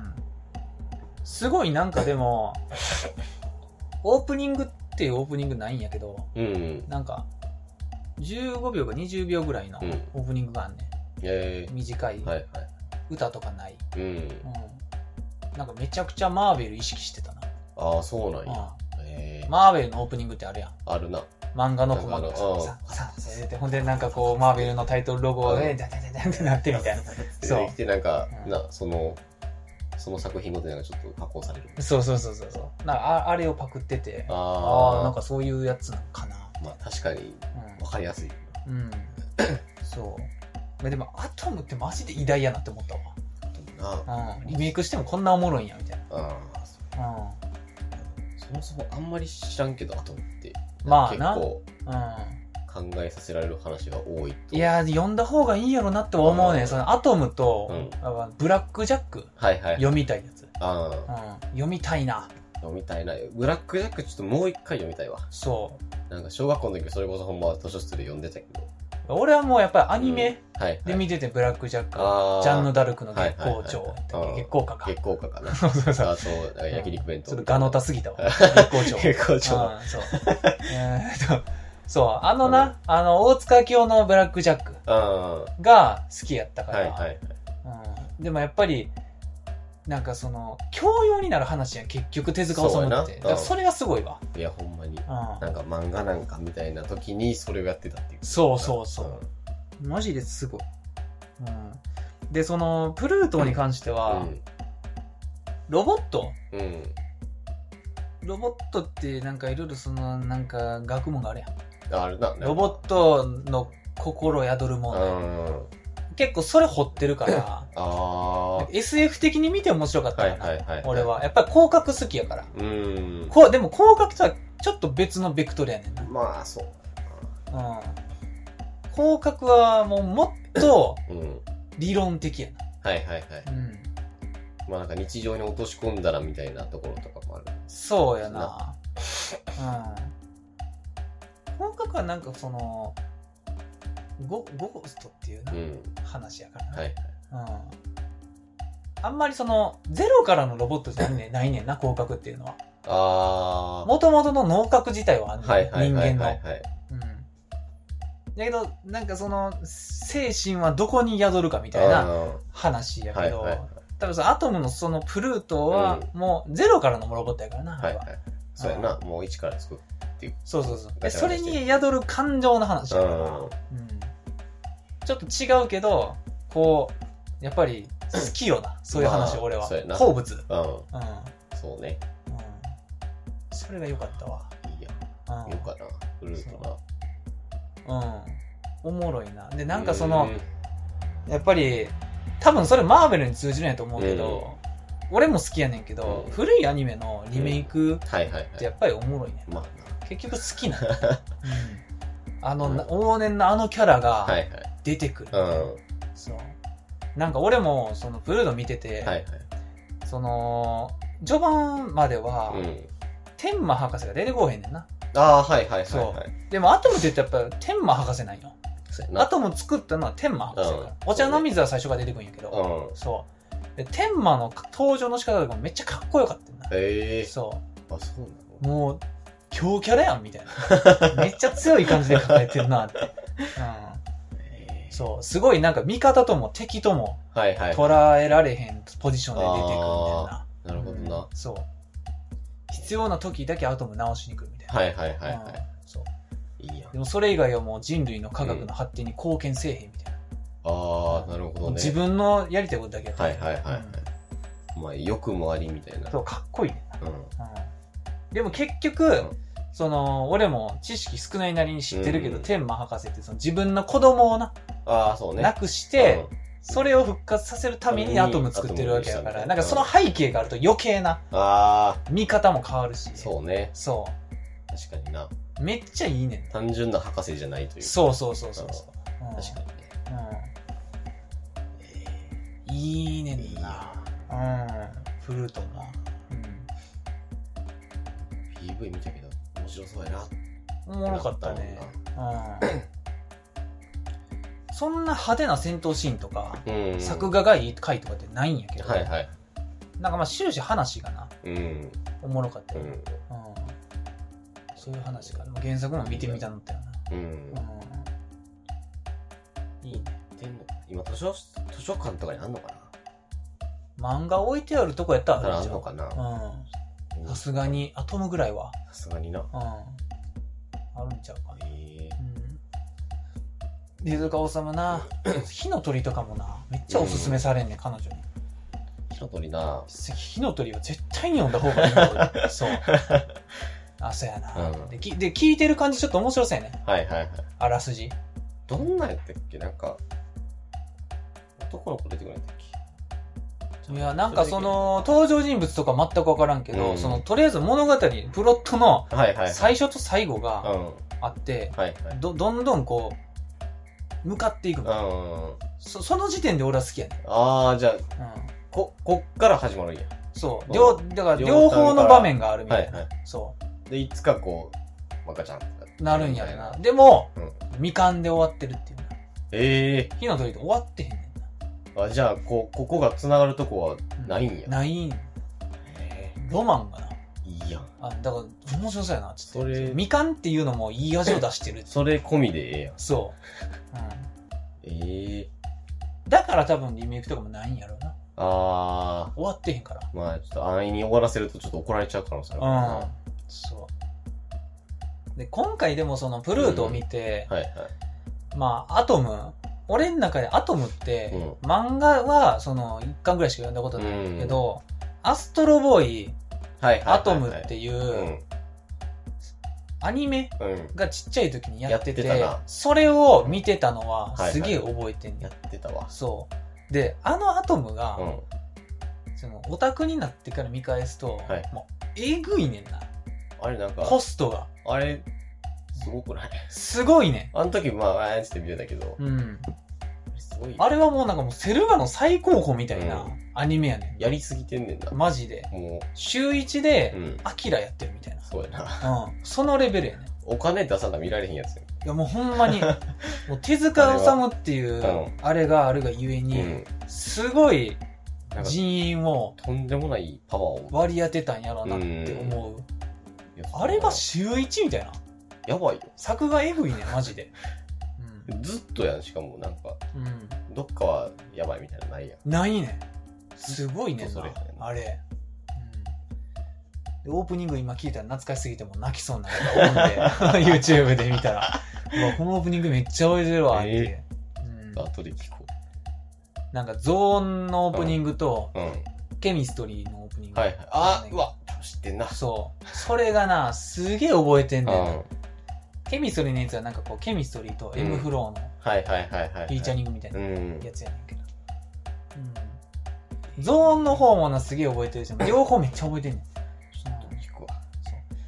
Speaker 2: すごいなんかでもオープニングっていうオープニングないんやけど
Speaker 1: うん
Speaker 2: なんか15秒か20秒ぐらいの
Speaker 1: うん
Speaker 2: オープニングがあんね、
Speaker 1: え
Speaker 2: ん、短い
Speaker 1: ー、はいはい
Speaker 2: 歌とかない、
Speaker 1: うん
Speaker 2: うん、なんかめちゃくちゃマーベル意識してたな、
Speaker 1: ああそうなんや
Speaker 2: う
Speaker 1: え
Speaker 2: ん、
Speaker 1: ー、
Speaker 2: マーベルのオープニングってあるやん
Speaker 1: あるな
Speaker 2: 漫画のコマ
Speaker 1: なん
Speaker 2: が
Speaker 1: かあの
Speaker 2: ささささほんでなんかこうマーベルのタイトルロゴ
Speaker 1: う
Speaker 2: で
Speaker 1: ん
Speaker 2: ダダダダってなってみた いな
Speaker 1: 出
Speaker 2: そう
Speaker 1: てきてなんか、
Speaker 2: うん
Speaker 1: なそのその作品ごとになんかちょっと加工される
Speaker 2: そうそうそうそうそうなんかああれをパクってて
Speaker 1: あ
Speaker 2: あ
Speaker 1: あ
Speaker 2: あなん
Speaker 1: か
Speaker 2: かそういうやつなのかな
Speaker 1: まあ確かに分かりやすい
Speaker 2: うん、 うん、そうまあでもアトムってマジで偉大やなって思った
Speaker 1: なあ
Speaker 2: わ、うん、リメイクしてもこんなおもろいんやみたい
Speaker 1: あそ
Speaker 2: な、
Speaker 1: そもそもあんまり知らんけどアトムって
Speaker 2: うん、まあ
Speaker 1: 結
Speaker 2: な、うん、
Speaker 1: 構考えさせられる話が多いと
Speaker 2: いやー読んだ方がいいやろなって思うね、
Speaker 1: うん
Speaker 2: そのアトムと、
Speaker 1: うん
Speaker 2: あブラックジャック
Speaker 1: はいはい
Speaker 2: 読みたいやつ、
Speaker 1: あ
Speaker 2: う
Speaker 1: あ
Speaker 2: ん、読みたいな
Speaker 1: 読みたいなブラックジャックちょっともう一回読みたいわ
Speaker 2: そう
Speaker 1: なんか小学校の時それこそほんま図書室で読んでたけど
Speaker 2: 俺はもうやっぱりアニメ
Speaker 1: うんはい、はい、
Speaker 2: で見てて、ブラックジャック
Speaker 1: あー
Speaker 2: ジャンヌ・ダルクの月光
Speaker 1: は
Speaker 2: 町
Speaker 1: いはいはいはいうん
Speaker 2: 月光家か
Speaker 1: 月光家かな
Speaker 2: そうそうそう
Speaker 1: あとなんか焼肉弁当
Speaker 2: ちょっとガノタすぎたわ月光町
Speaker 1: 月光町
Speaker 2: うんそう。えーっとそう、 あのな、あの、大塚明夫のブラックジャック
Speaker 1: あ
Speaker 2: が好きやった
Speaker 1: あ
Speaker 2: か
Speaker 1: は
Speaker 2: ら、
Speaker 1: いはい
Speaker 2: うん、でもやっぱり、なんかその、教養になる話やん、結局手塚治
Speaker 1: そうや
Speaker 2: 虫
Speaker 1: な
Speaker 2: って。
Speaker 1: うん
Speaker 2: だからそれがすごいわ。
Speaker 1: いやほんまに
Speaker 2: うん
Speaker 1: なんか漫画なんかみたいな時にそれをやってたっていう
Speaker 2: そうそうそう。マジですごい。うん、で、その、プルートに関しては、ロボット
Speaker 1: うん、うん、
Speaker 2: ロボットってなんかいろいろその、なんか学問があるやん。
Speaker 1: あれな
Speaker 2: ロボットの心宿るも
Speaker 1: う
Speaker 2: の
Speaker 1: ん
Speaker 2: 結構それ掘って るから、
Speaker 1: ああ
Speaker 2: なん
Speaker 1: は
Speaker 2: か SF 的に見て面白かったか
Speaker 1: い
Speaker 2: な、
Speaker 1: はいはい
Speaker 2: 俺はやっぱり広角好きやから
Speaker 1: うん
Speaker 2: こうでも広角とはちょっと別のベクトルやねんな、
Speaker 1: まあそう
Speaker 2: うん、広角はもうもっと
Speaker 1: うん
Speaker 2: 理論的や
Speaker 1: はいはいはい。
Speaker 2: な。うん。
Speaker 1: まあなんか日常に落とし込んだらみたいなところとかもある。
Speaker 2: そうやな。うん。本格はなんかその、ゴゴーストっていうな
Speaker 1: うん。
Speaker 2: 話やからな。
Speaker 1: はい。
Speaker 2: うん。あんまりその、ゼロからのロボットじゃねないねんな、広角っていうのは。
Speaker 1: あー。
Speaker 2: もともとの脳核自体はあんねん、
Speaker 1: はいはいはいはい、
Speaker 2: 人間
Speaker 1: は
Speaker 2: の。
Speaker 1: い。
Speaker 2: うん。だけど、なんかその、精神はどこに宿るかみたいな
Speaker 1: うん
Speaker 2: 話やけど、
Speaker 1: はいはい
Speaker 2: 多分そのアトムのそのプルートは、もうゼロからのロボットやからな、あ
Speaker 1: は
Speaker 2: れ
Speaker 1: い
Speaker 2: は
Speaker 1: はい。そうやな。もう一から作る。
Speaker 2: そうそうそう。で
Speaker 1: ガチャ
Speaker 2: そ
Speaker 1: ガチャ
Speaker 2: れ
Speaker 1: して
Speaker 2: に宿る感情の話だから、
Speaker 1: うん
Speaker 2: うんちょっと違うけど、こう、やっぱり好きよな、そういう話、
Speaker 1: まあ
Speaker 2: 俺は
Speaker 1: そうや。な
Speaker 2: 好物。うん。
Speaker 1: う
Speaker 2: うん。
Speaker 1: ん。そうね。
Speaker 2: それが良かったわ。
Speaker 1: いいや。
Speaker 2: うん
Speaker 1: よかな。フルートな。
Speaker 2: うん。おもろいな。で、なんかその
Speaker 1: う、ん
Speaker 2: やっぱり、多分それマーベルに通じるんやと思うけど、俺も好きやねんけど、
Speaker 1: うん
Speaker 2: 古いアニメのリメイクっ
Speaker 1: はいはい
Speaker 2: て
Speaker 1: は
Speaker 2: や
Speaker 1: い。
Speaker 2: っぱりおもろいね。
Speaker 1: ま
Speaker 2: 結局好きなの。
Speaker 1: あ。
Speaker 2: あの、
Speaker 1: うん
Speaker 2: な往年のあのキャラが
Speaker 1: はいはい。
Speaker 2: 出てくる。
Speaker 1: うん。は
Speaker 2: そうなんか俺もそのプルード見てて、
Speaker 1: いはい。
Speaker 2: その序盤までは、
Speaker 1: うん。
Speaker 2: 天魔博士が出てこへんねんな
Speaker 1: ああー、はいはいはいはい。
Speaker 2: そうでもアトムって言ったらやっぱ天魔博士なんよ
Speaker 1: そうや
Speaker 2: ア
Speaker 1: な。
Speaker 2: トム作ったのは天魔博士だから、
Speaker 1: うん
Speaker 2: お茶の水は最初から出てくるんやけ
Speaker 1: う
Speaker 2: ど、
Speaker 1: ん。
Speaker 2: そうで天魔の登場の仕方とかもめっちゃかっこよかったんな、
Speaker 1: ええ
Speaker 2: そ
Speaker 1: あ、そうな
Speaker 2: うもう強キャラやんみたいな めっちゃ強い感じで抱えてるなって、うん、
Speaker 1: のえー
Speaker 2: そうすごいなんか味方とも敵とも
Speaker 1: はいはい。
Speaker 2: 捉えられへんポジションで
Speaker 1: な
Speaker 2: 出てくるみたいな
Speaker 1: るほどな。
Speaker 2: うんそう必要な時だけアトム直しに来るみたいな
Speaker 1: はいはいはい
Speaker 2: うん
Speaker 1: は
Speaker 2: そう
Speaker 1: い。いいやん
Speaker 2: で。もそれ以外はもう人類の科学の発展に貢献せえへんみたいな、
Speaker 1: ああ、なるほどね。
Speaker 2: 自分のやりたいことだけやって
Speaker 1: はいはいはいはい
Speaker 2: うん。
Speaker 1: まあ、欲もありみたいな。
Speaker 2: そうかっこいいねんな、
Speaker 1: うん。
Speaker 2: うんでも結局、
Speaker 1: ん
Speaker 2: その俺も知識少ないなりに知ってるけど、
Speaker 1: うん
Speaker 2: 天馬博士ってその自分の子供をな,、
Speaker 1: ああ、そうね。
Speaker 2: な
Speaker 1: く
Speaker 2: くして、、それを復活させるためにアトム作ってるわけだから、なんかその背景があると余計な
Speaker 1: ああ、
Speaker 2: 見方も変わるし
Speaker 1: そうね。
Speaker 2: そ
Speaker 1: 確かにな。
Speaker 2: うめっちゃいいねんな
Speaker 1: 単純な博士じゃないという。
Speaker 2: そうそうそうそうそううん
Speaker 1: 確かにね。
Speaker 2: うんいいねん
Speaker 1: いい
Speaker 2: な
Speaker 1: な。
Speaker 2: うんフルートも
Speaker 1: PV 見たけど、面白そうやな。
Speaker 2: うんおもろかったねうんそんな派手な戦闘シーンとか
Speaker 1: うん。
Speaker 2: 作。画がいい回とかってないんやけど
Speaker 1: はいはい。
Speaker 2: なんかまあ終始話がな
Speaker 1: うん。
Speaker 2: おもろかった
Speaker 1: う
Speaker 2: ようん
Speaker 1: ん。
Speaker 2: そういう話か原作も見てみたのってよ
Speaker 1: うん
Speaker 2: な。うんいいね
Speaker 1: でも今、図書、図書館とかにあんのか
Speaker 2: 漫画置いてあるとこやった
Speaker 1: な
Speaker 2: ら
Speaker 1: あ
Speaker 2: ある
Speaker 1: ん
Speaker 2: んちゃ
Speaker 1: の
Speaker 2: う
Speaker 1: かな
Speaker 2: うんさすがにアトムぐらいは
Speaker 1: さすがにな。
Speaker 2: うんあるんちゃうかな
Speaker 1: ええ。
Speaker 2: うん手塚治 虫な火の鳥とかもなめっちゃおすすめされんね彼女に
Speaker 1: 火の鳥な。
Speaker 2: 火の鳥は絶対に読んだ方がいいな 俺そうあそうやな、
Speaker 1: うん
Speaker 2: できで聞いてる感じちょっと面白そうやね
Speaker 1: はいはいはい。
Speaker 2: あらすじ
Speaker 1: どんなんやったっけなんか、男の子出てくるんやったっけ
Speaker 2: いやなんかそ、の登場人物とか全く分からんけど、
Speaker 1: うん
Speaker 2: そのとりあえず物語プロットの
Speaker 1: はいはい。
Speaker 2: 最初と最後
Speaker 1: うん。
Speaker 2: が
Speaker 1: は
Speaker 2: あって、
Speaker 1: いはい。
Speaker 2: どどんどんこう向かっていく
Speaker 1: う
Speaker 2: の
Speaker 1: ん。
Speaker 2: そその時点で俺は好きやね、
Speaker 1: ああ、じゃあ、
Speaker 2: うん、
Speaker 1: こ、こっから始まるんや。
Speaker 2: そ
Speaker 1: う
Speaker 2: う、
Speaker 1: ん
Speaker 2: 両、だから両
Speaker 1: 両
Speaker 2: 方
Speaker 1: 方
Speaker 2: の
Speaker 1: の
Speaker 2: 場
Speaker 1: 場
Speaker 2: 面があるみたいな。
Speaker 1: はいは
Speaker 2: そ
Speaker 1: で、いつかこう、まかちゃん
Speaker 2: う、なるんやろな。。でも、
Speaker 1: うん
Speaker 2: 未完で終わってるっていうな。
Speaker 1: ええ
Speaker 2: 火の鳥って終わってへんねんな。
Speaker 1: あ、じゃあ、こう、ここが繋がるとこは、
Speaker 2: うん
Speaker 1: ないんや
Speaker 2: ないん。
Speaker 1: え
Speaker 2: ロマンがな。
Speaker 1: えいいやん。
Speaker 2: あ、だから、面白そうやな、ち
Speaker 1: そ
Speaker 2: ょっと。
Speaker 1: れ。
Speaker 2: 未完っていうのもいい味を出してる
Speaker 1: それ込みでええやん。
Speaker 2: そう。うん。
Speaker 1: ええ
Speaker 2: だから多分リメイクとかもないんやろうな。
Speaker 1: あ
Speaker 2: 終わってへんから。
Speaker 1: あ、まあ、ちょっと安易に終わらせるとちょっと怒られちゃう可能性あるからな。
Speaker 2: うん。そう。で、今回でもそのプルートを見て、
Speaker 1: はいはい。
Speaker 2: まあ、アトム。俺の中でアトムって、
Speaker 1: うん
Speaker 2: 漫画はその1巻ぐらいしか読んだことない
Speaker 1: うん
Speaker 2: けど、アストロボーイ、
Speaker 1: はいはいはいはい。。
Speaker 2: アトムっていううんアニメ
Speaker 1: うん。
Speaker 2: がちっちゃい時にやってて、
Speaker 1: やってたな
Speaker 2: それを見てたのは
Speaker 1: はいはい
Speaker 2: すげえ覚えてんねん、
Speaker 1: やってたわ。
Speaker 2: そう。で、あのアトムが、
Speaker 1: うん。
Speaker 2: そのオタクになってから見返すと、
Speaker 1: はい
Speaker 2: もうえぐいねんな。
Speaker 1: あれなんか、
Speaker 2: コストが。
Speaker 1: あれ、すごくない
Speaker 2: すごいね
Speaker 1: あの時、まあ、あやつって見てたけど、
Speaker 2: ん。うん。
Speaker 1: すごいよ
Speaker 2: あれはもうなんかもうセルガの最高峰みたいうなんアニメやね。
Speaker 1: やりすぎてんねんなん
Speaker 2: マジで。
Speaker 1: も
Speaker 2: 週1
Speaker 1: う、う
Speaker 2: で、
Speaker 1: ん、
Speaker 2: アキラやってるみたいな。
Speaker 1: そうやな。
Speaker 2: うん。そのレベルやね
Speaker 1: お金出さな見られへんやつや
Speaker 2: いやもうほん まに、もう手塚治虫っていう
Speaker 1: あれはうん、
Speaker 2: あれがあるがゆえ
Speaker 1: う
Speaker 2: に、
Speaker 1: ん。
Speaker 2: すごい
Speaker 1: なんか、
Speaker 2: 人員を
Speaker 1: とんでもないパワーを。
Speaker 2: 割り当てたんやろうなって思う。
Speaker 1: いや
Speaker 2: あれが週1みたいな。
Speaker 1: やばいよ。
Speaker 2: 作画エグいね、マジで。
Speaker 1: ずっとやん、しかもなんか、
Speaker 2: うん。うん。
Speaker 1: どっかはやばいみたいなのないやん。
Speaker 2: ないねすごいねん
Speaker 1: そ
Speaker 2: な
Speaker 1: れ
Speaker 2: あれ、うんでオープニング今聞いたら懐かしすぎてもう泣きそうにな ると思うんで YouTube で見たらうわこのオープニングめっちゃ覚えてるわって、
Speaker 1: え
Speaker 2: うん
Speaker 1: 後で聞こ
Speaker 2: なんかゾーンのオープニングと、
Speaker 1: う。うん。
Speaker 2: ケミストリーのオープニング、
Speaker 1: はいはい。あ、うわ、知ってんな。
Speaker 2: そうそれがなすげえ覚えてん
Speaker 1: うん。
Speaker 2: だよな、
Speaker 1: はい
Speaker 2: ケミストリーのやつはなんかこうケミストリーと
Speaker 1: うん
Speaker 2: M フローの
Speaker 1: はいはいはい。
Speaker 2: フィーチャリングみたいな
Speaker 1: うん。
Speaker 2: やつやねんけど、うん、ゾーンの方もなすげえ覚えてるし両方めっちゃ覚えてんねん
Speaker 1: 聞くわ。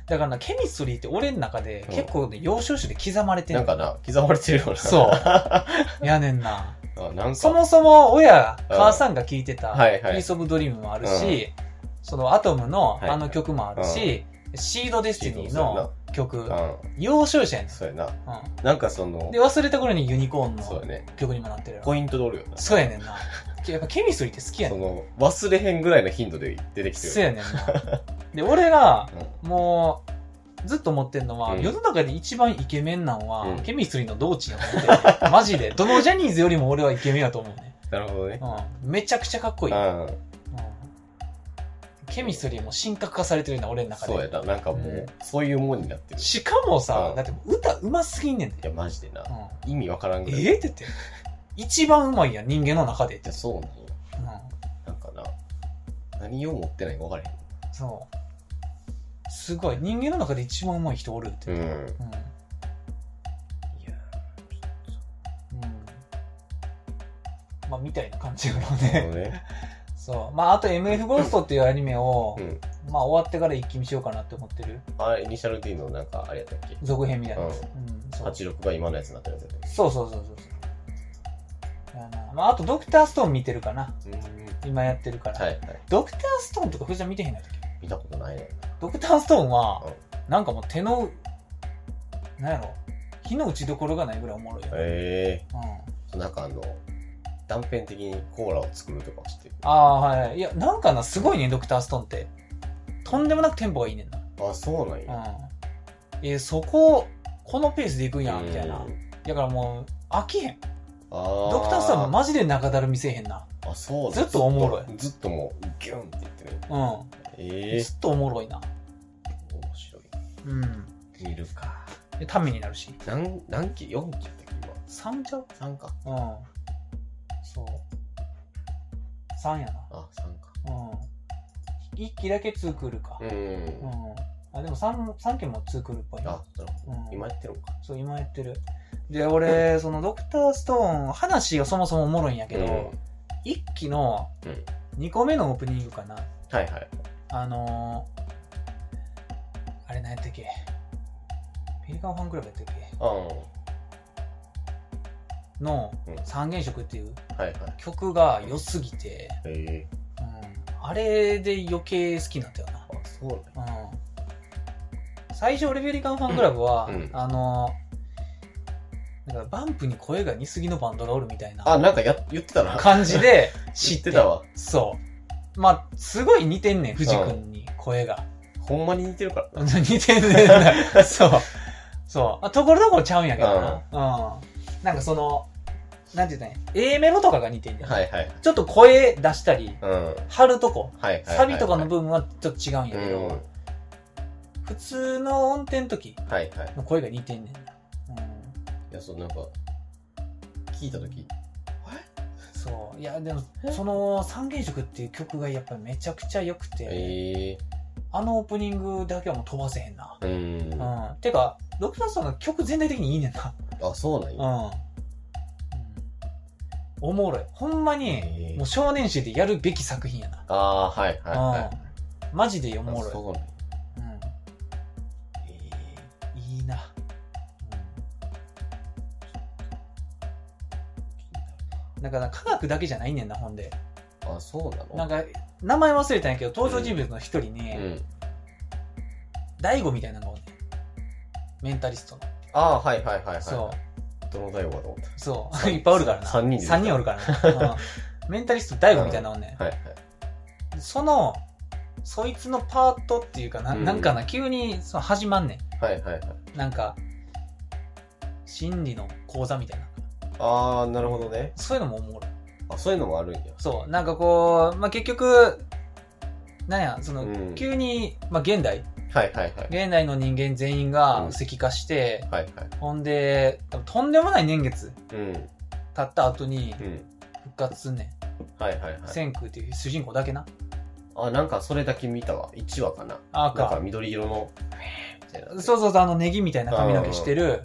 Speaker 2: だからなケミストリーって俺の中で
Speaker 1: うん
Speaker 2: 結構ね要所要所で刻まれてん
Speaker 1: なんかな、刻まれてるよな。
Speaker 2: そう
Speaker 1: あ、
Speaker 2: やねんな
Speaker 1: なんか。
Speaker 2: そもそも親
Speaker 1: うん
Speaker 2: 母さんが聴いてた
Speaker 1: はい
Speaker 2: 「
Speaker 1: はい
Speaker 2: ピース・オブ・ドリーム」もあるしそのアトムの
Speaker 1: はいはい
Speaker 2: あの曲もあるしシード・デスティニーの
Speaker 1: う
Speaker 2: 曲
Speaker 1: ん。
Speaker 2: 要所要所やね
Speaker 1: そうやな。
Speaker 2: ん
Speaker 1: なんかそ
Speaker 2: うん
Speaker 1: の
Speaker 2: で、忘れた頃にユニコーン
Speaker 1: そう
Speaker 2: の
Speaker 1: やね。
Speaker 2: 曲にもなってるやろ
Speaker 1: ポイントでおるよな。
Speaker 2: そうやねんなやっぱケミストリーって好きや
Speaker 1: そ
Speaker 2: ねん
Speaker 1: の、忘れへんぐらいの頻度で出てきてる。
Speaker 2: そうやねんなで俺が
Speaker 1: うん。
Speaker 2: もう、ずっと思ってんのは、
Speaker 1: うん
Speaker 2: 世の中で一番イケメンなんは、
Speaker 1: うん
Speaker 2: ケミストリーの道中やと思 って、マジで。どのジャニーズよりも俺はイケメンやと思うね。
Speaker 1: なるほどね。
Speaker 2: うん。めちゃくちゃかっこ
Speaker 1: う
Speaker 2: いい。うん
Speaker 1: ん。
Speaker 2: ケミストリーも神格化されてるな、俺の中で。
Speaker 1: そうやな。なんかも
Speaker 2: うん
Speaker 1: う、そういうもんになってる。い
Speaker 2: しかもさ、
Speaker 1: うん
Speaker 2: だってもう歌うますぎんねんで。
Speaker 1: や、マジでな
Speaker 2: う。
Speaker 1: 意味わからんぐ
Speaker 2: ん、
Speaker 1: らい。
Speaker 2: ええって言 って。一番うまいやん、人間の中でっ
Speaker 1: い
Speaker 2: て
Speaker 1: や、。そうなんよ。
Speaker 2: うん。
Speaker 1: なんかな。何を持ってないか分からへ
Speaker 2: そう。すごい。人間の中で一番うまい人おるって。
Speaker 1: ん。うん。
Speaker 2: う
Speaker 1: い
Speaker 2: ん
Speaker 1: や
Speaker 2: うんまあ、みたいな感じやろう
Speaker 1: なるほ
Speaker 2: ね。
Speaker 1: どね。
Speaker 2: そう。まあ、あと MF ゴーストっていうアニメを、
Speaker 1: うん。
Speaker 2: まあ、終わってから一気見しようかなって思ってる。
Speaker 1: あれ、イニシャル D のなんか、あれやったっけ
Speaker 2: 続編みたいな。
Speaker 1: う
Speaker 2: うんん。そうそう
Speaker 1: 86が今のやつになってるやつやったっ
Speaker 2: そうそうそうそう。だなまあ、あとドクターストーン見てるかな。
Speaker 1: けうん。
Speaker 2: 今やってるから。
Speaker 1: はいはい。
Speaker 2: ドクターストーンとか藤ゃ見てへんのやったっけ
Speaker 1: 見たことないね。
Speaker 2: ドクターストーンは、なんかもう手の、なんやろ、火の打ちどころがないぐらいおもろいよね、
Speaker 1: え
Speaker 2: うん。
Speaker 1: え。なんかあの、断片的にコーラを作るとかしてる。
Speaker 2: ああ、はいはい。いや、なんかな、すごいね、ドクターストーンって。とんでもなくテンポがいいねんな。
Speaker 1: あ、そうなんや。
Speaker 2: うん。えーそこ、このペースでいくんや、みたいな
Speaker 1: う。ん
Speaker 2: だからもう、飽きへん。
Speaker 1: あ
Speaker 2: ドクターストーンも
Speaker 1: ま
Speaker 2: マジで中だるみせえへんな。
Speaker 1: あ、そうなん
Speaker 2: ずっとおもろい
Speaker 1: ずっとずっともう、ギュンって言ってる。
Speaker 2: う
Speaker 1: え
Speaker 2: ん。
Speaker 1: え
Speaker 2: ずっとおもろいな。
Speaker 1: 面白い。
Speaker 2: うん。
Speaker 1: 見るか。
Speaker 2: でためになるし。
Speaker 1: 何、何期 ?4 期やったっけ
Speaker 2: 3ちゃう
Speaker 1: 今。3か。
Speaker 2: うん。そう。3やな。
Speaker 1: あ、3か。
Speaker 2: うん。1期だけ2クールか。
Speaker 1: う。
Speaker 2: うんん。あ、でも3、三期も2クールっぽいな。
Speaker 1: あ、なるほど。
Speaker 2: うん
Speaker 1: 今やってるのか。
Speaker 2: そう、今やってる。で、俺、そのドクターストーン、話がそもそもおもろいんやけ
Speaker 1: うん
Speaker 2: ど、一1期の
Speaker 1: うん
Speaker 2: 2個目のオープニングかな。
Speaker 1: はいはい。
Speaker 2: あのー、あれ何やったっけペリカンファンクラブやったっけ
Speaker 1: あん。は
Speaker 2: の
Speaker 1: うん
Speaker 2: 三原色っていう
Speaker 1: いはい。
Speaker 2: 曲が良すぎて、
Speaker 1: ええ。
Speaker 2: うん、あれで余計好きになったよな。
Speaker 1: あ、そうなんや。
Speaker 2: うん、最初俺ペリカンファンクラブは、
Speaker 1: うん
Speaker 2: あのーなんかバンプに声が似すぎのバンドがおるみたいな。
Speaker 1: あ、なんかや、言ってたな。
Speaker 2: 感じで知
Speaker 1: 知っ
Speaker 2: っ
Speaker 1: てて
Speaker 2: た
Speaker 1: た
Speaker 2: わ。
Speaker 1: わ。
Speaker 2: そう。まあ、すごい似てんねん、藤君に声が。
Speaker 1: ほんまに似てるからな。
Speaker 2: 似てんねん な。そう。そう。まあ、ところどころちゃうんやけどな。うん。なんかその、なんて言ったんや、A メロとかが似てんねん。
Speaker 1: はいはい。
Speaker 2: ちょっと声出したり、
Speaker 1: うん。はい
Speaker 2: 張るとこ、
Speaker 1: はいはい。
Speaker 2: サビとかの部分はちょっと違うんやけ
Speaker 1: うん。は
Speaker 2: ど、普通の音程の時
Speaker 1: いはい。
Speaker 2: の声が似てんねんな。うん。
Speaker 1: いや、そう、なんか、聞いたとき、
Speaker 2: そう。いや、でも、その、三原色っていう曲がやっぱりめちゃくちゃ良くて、
Speaker 1: ええ
Speaker 2: あのオープニングだけはもう飛ばせへんな。
Speaker 1: ー。うん。
Speaker 2: うん。てか、ロクタスさんの曲全体的にいいねんな。
Speaker 1: あ、そうなん
Speaker 2: う
Speaker 1: や。
Speaker 2: ん。うんおもろい。ほんまに、
Speaker 1: ええ
Speaker 2: もう少年誌でやるべき作品やな。
Speaker 1: あー、はいはいは
Speaker 2: うん。マジでお
Speaker 1: い。
Speaker 2: も
Speaker 1: あ
Speaker 2: ろ
Speaker 1: そうなんや。
Speaker 2: い。う
Speaker 1: え
Speaker 2: ん。いいな。
Speaker 1: え
Speaker 2: だから科学だけじゃないねんなほんで
Speaker 1: あそうなの
Speaker 2: なんか名前忘れたんやけど登場人物の一人に、
Speaker 1: うん
Speaker 2: 大悟みたいなのがおんねんメンタリストの、
Speaker 1: あーはいはいはいはい
Speaker 2: そう
Speaker 1: どの大悟かと思っ
Speaker 2: そう
Speaker 1: 三
Speaker 2: いっぱいおるからな
Speaker 1: 三人で
Speaker 2: 三人おるからな、うんメンタリスト大悟みたいなのおんねん
Speaker 1: たはいはい
Speaker 2: そのそいつのパートっていうかな,、
Speaker 1: うん
Speaker 2: ん、なんかな急にその始まんね
Speaker 1: はいはいはい
Speaker 2: んなんか心理の講座みたいな
Speaker 1: ああなるほどね
Speaker 2: そういうのもおもろい
Speaker 1: あそういうのもあるんや
Speaker 2: そうなんかこう、まあ、結局なんやその、
Speaker 1: うん
Speaker 2: 急に、まあ、現代
Speaker 1: はいはいはい
Speaker 2: 現代の人間全員
Speaker 1: うん
Speaker 2: が石化して、
Speaker 1: はいはい
Speaker 2: ほんで多分とんでもない年月
Speaker 1: うん
Speaker 2: 経った後に
Speaker 1: うん
Speaker 2: 復活すんねん、
Speaker 1: はいはいはい
Speaker 2: 千空っていう主人公だけな
Speaker 1: あなんかそれだけ見たわ1話かな
Speaker 2: あ
Speaker 1: なんか
Speaker 2: か
Speaker 1: 緑色のみたいな
Speaker 2: そうそうそうあのネギみたいな髪の毛してる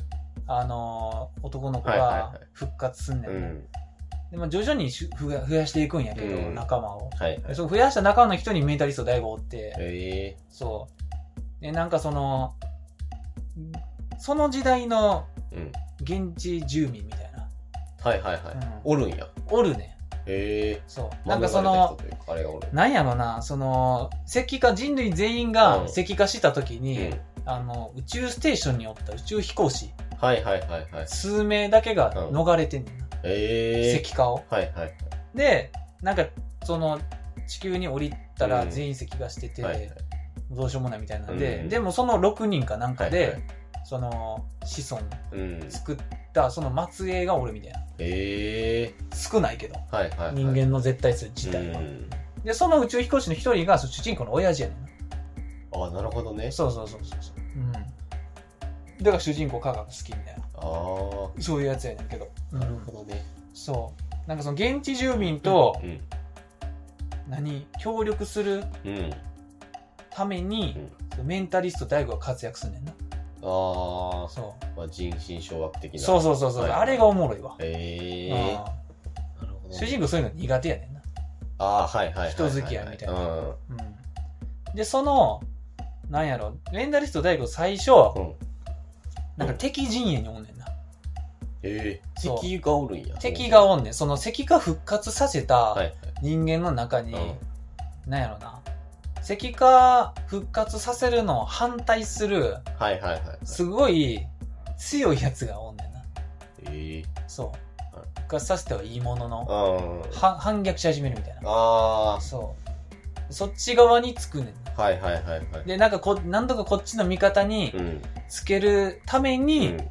Speaker 2: あのー男の子
Speaker 1: はいはいは
Speaker 2: が
Speaker 1: い
Speaker 2: 復活すんねんね、
Speaker 1: うん
Speaker 2: でまあ徐々にし増や増やしていくんやけど、
Speaker 1: うん
Speaker 2: 仲間を
Speaker 1: はいはい
Speaker 2: そう増やした仲間の人にメンタリスト大悟おって、
Speaker 1: え
Speaker 2: そう。で、なんかその、んその時代の
Speaker 1: えうん
Speaker 2: 現地住民みたいな、
Speaker 1: はいはいはい
Speaker 2: うん
Speaker 1: おるんや
Speaker 2: おるね
Speaker 1: え
Speaker 2: ん。そう。
Speaker 1: え
Speaker 2: なんかその、
Speaker 1: あれがおる
Speaker 2: なんやろな、その、石化、人類全員
Speaker 1: うん
Speaker 2: が石化した時
Speaker 1: う
Speaker 2: に、
Speaker 1: ん
Speaker 2: あの、宇宙ステーションにおった宇宙飛行士、
Speaker 1: はいはいはいはい
Speaker 2: 数名だけが逃れてんねんな、
Speaker 1: ええ
Speaker 2: 石化を。
Speaker 1: はいはいはい
Speaker 2: で、なんか、その、地球に降りたら
Speaker 1: うん
Speaker 2: 全員石化してて、
Speaker 1: はいはい
Speaker 2: どうしようもないみたいなんで、
Speaker 1: うん
Speaker 2: でもその6人かなんかで、
Speaker 1: はいはい
Speaker 2: その、子孫
Speaker 1: うん
Speaker 2: 作ったその末裔が俺みたいな
Speaker 1: ええ
Speaker 2: 少ないけど
Speaker 1: はいはいはい
Speaker 2: 人間の絶対数自体は、
Speaker 1: うん
Speaker 2: でその宇宙飛行士の一人がその主人公の親父やねんな
Speaker 1: あなるほどね
Speaker 2: そうそうそうそうそううんだから主人公科学好きみたいな
Speaker 1: ああ
Speaker 2: そういうやつやねんけど、うん
Speaker 1: なるほどね
Speaker 2: そうなんかその現地住民と
Speaker 1: うん
Speaker 2: 何協力する
Speaker 1: うん
Speaker 2: ためにそのメンタリスト大悟が活躍すんねんな
Speaker 1: あ
Speaker 2: そ
Speaker 1: あ、まあ、人心掌握的
Speaker 2: う
Speaker 1: な
Speaker 2: そうそうそうそう、
Speaker 1: はい
Speaker 2: あれがおもろいわ、
Speaker 1: ええなるほど
Speaker 2: うん
Speaker 1: ね
Speaker 2: 主人公そういうの苦手やねんな
Speaker 1: ああはいはいはいはい
Speaker 2: 人付き合いみたいな
Speaker 1: うん
Speaker 2: うんでそのなんやろレンダリスト大悟最初、
Speaker 1: うん
Speaker 2: なんか敵陣営におんねんな、
Speaker 1: ええ
Speaker 2: そう
Speaker 1: 敵がおるんや
Speaker 2: 敵が
Speaker 1: お
Speaker 2: おんねんその石化復活させ
Speaker 1: は
Speaker 2: た
Speaker 1: い
Speaker 2: 人間の中に、
Speaker 1: はい
Speaker 2: なんやろな石化復活させるのを反対する
Speaker 1: うんはいはいはいはい
Speaker 2: すごい強いやつがおんねんな
Speaker 1: ええ
Speaker 2: そう
Speaker 1: はい
Speaker 2: 復活させてはいいものの
Speaker 1: うん
Speaker 2: は反逆し始めるみたいな
Speaker 1: あ
Speaker 2: そうそっち側につくねんな
Speaker 1: あはいはいはいはい
Speaker 2: でなんかこ何とかこっちの味方に、
Speaker 1: うん
Speaker 2: つけるために、
Speaker 1: うん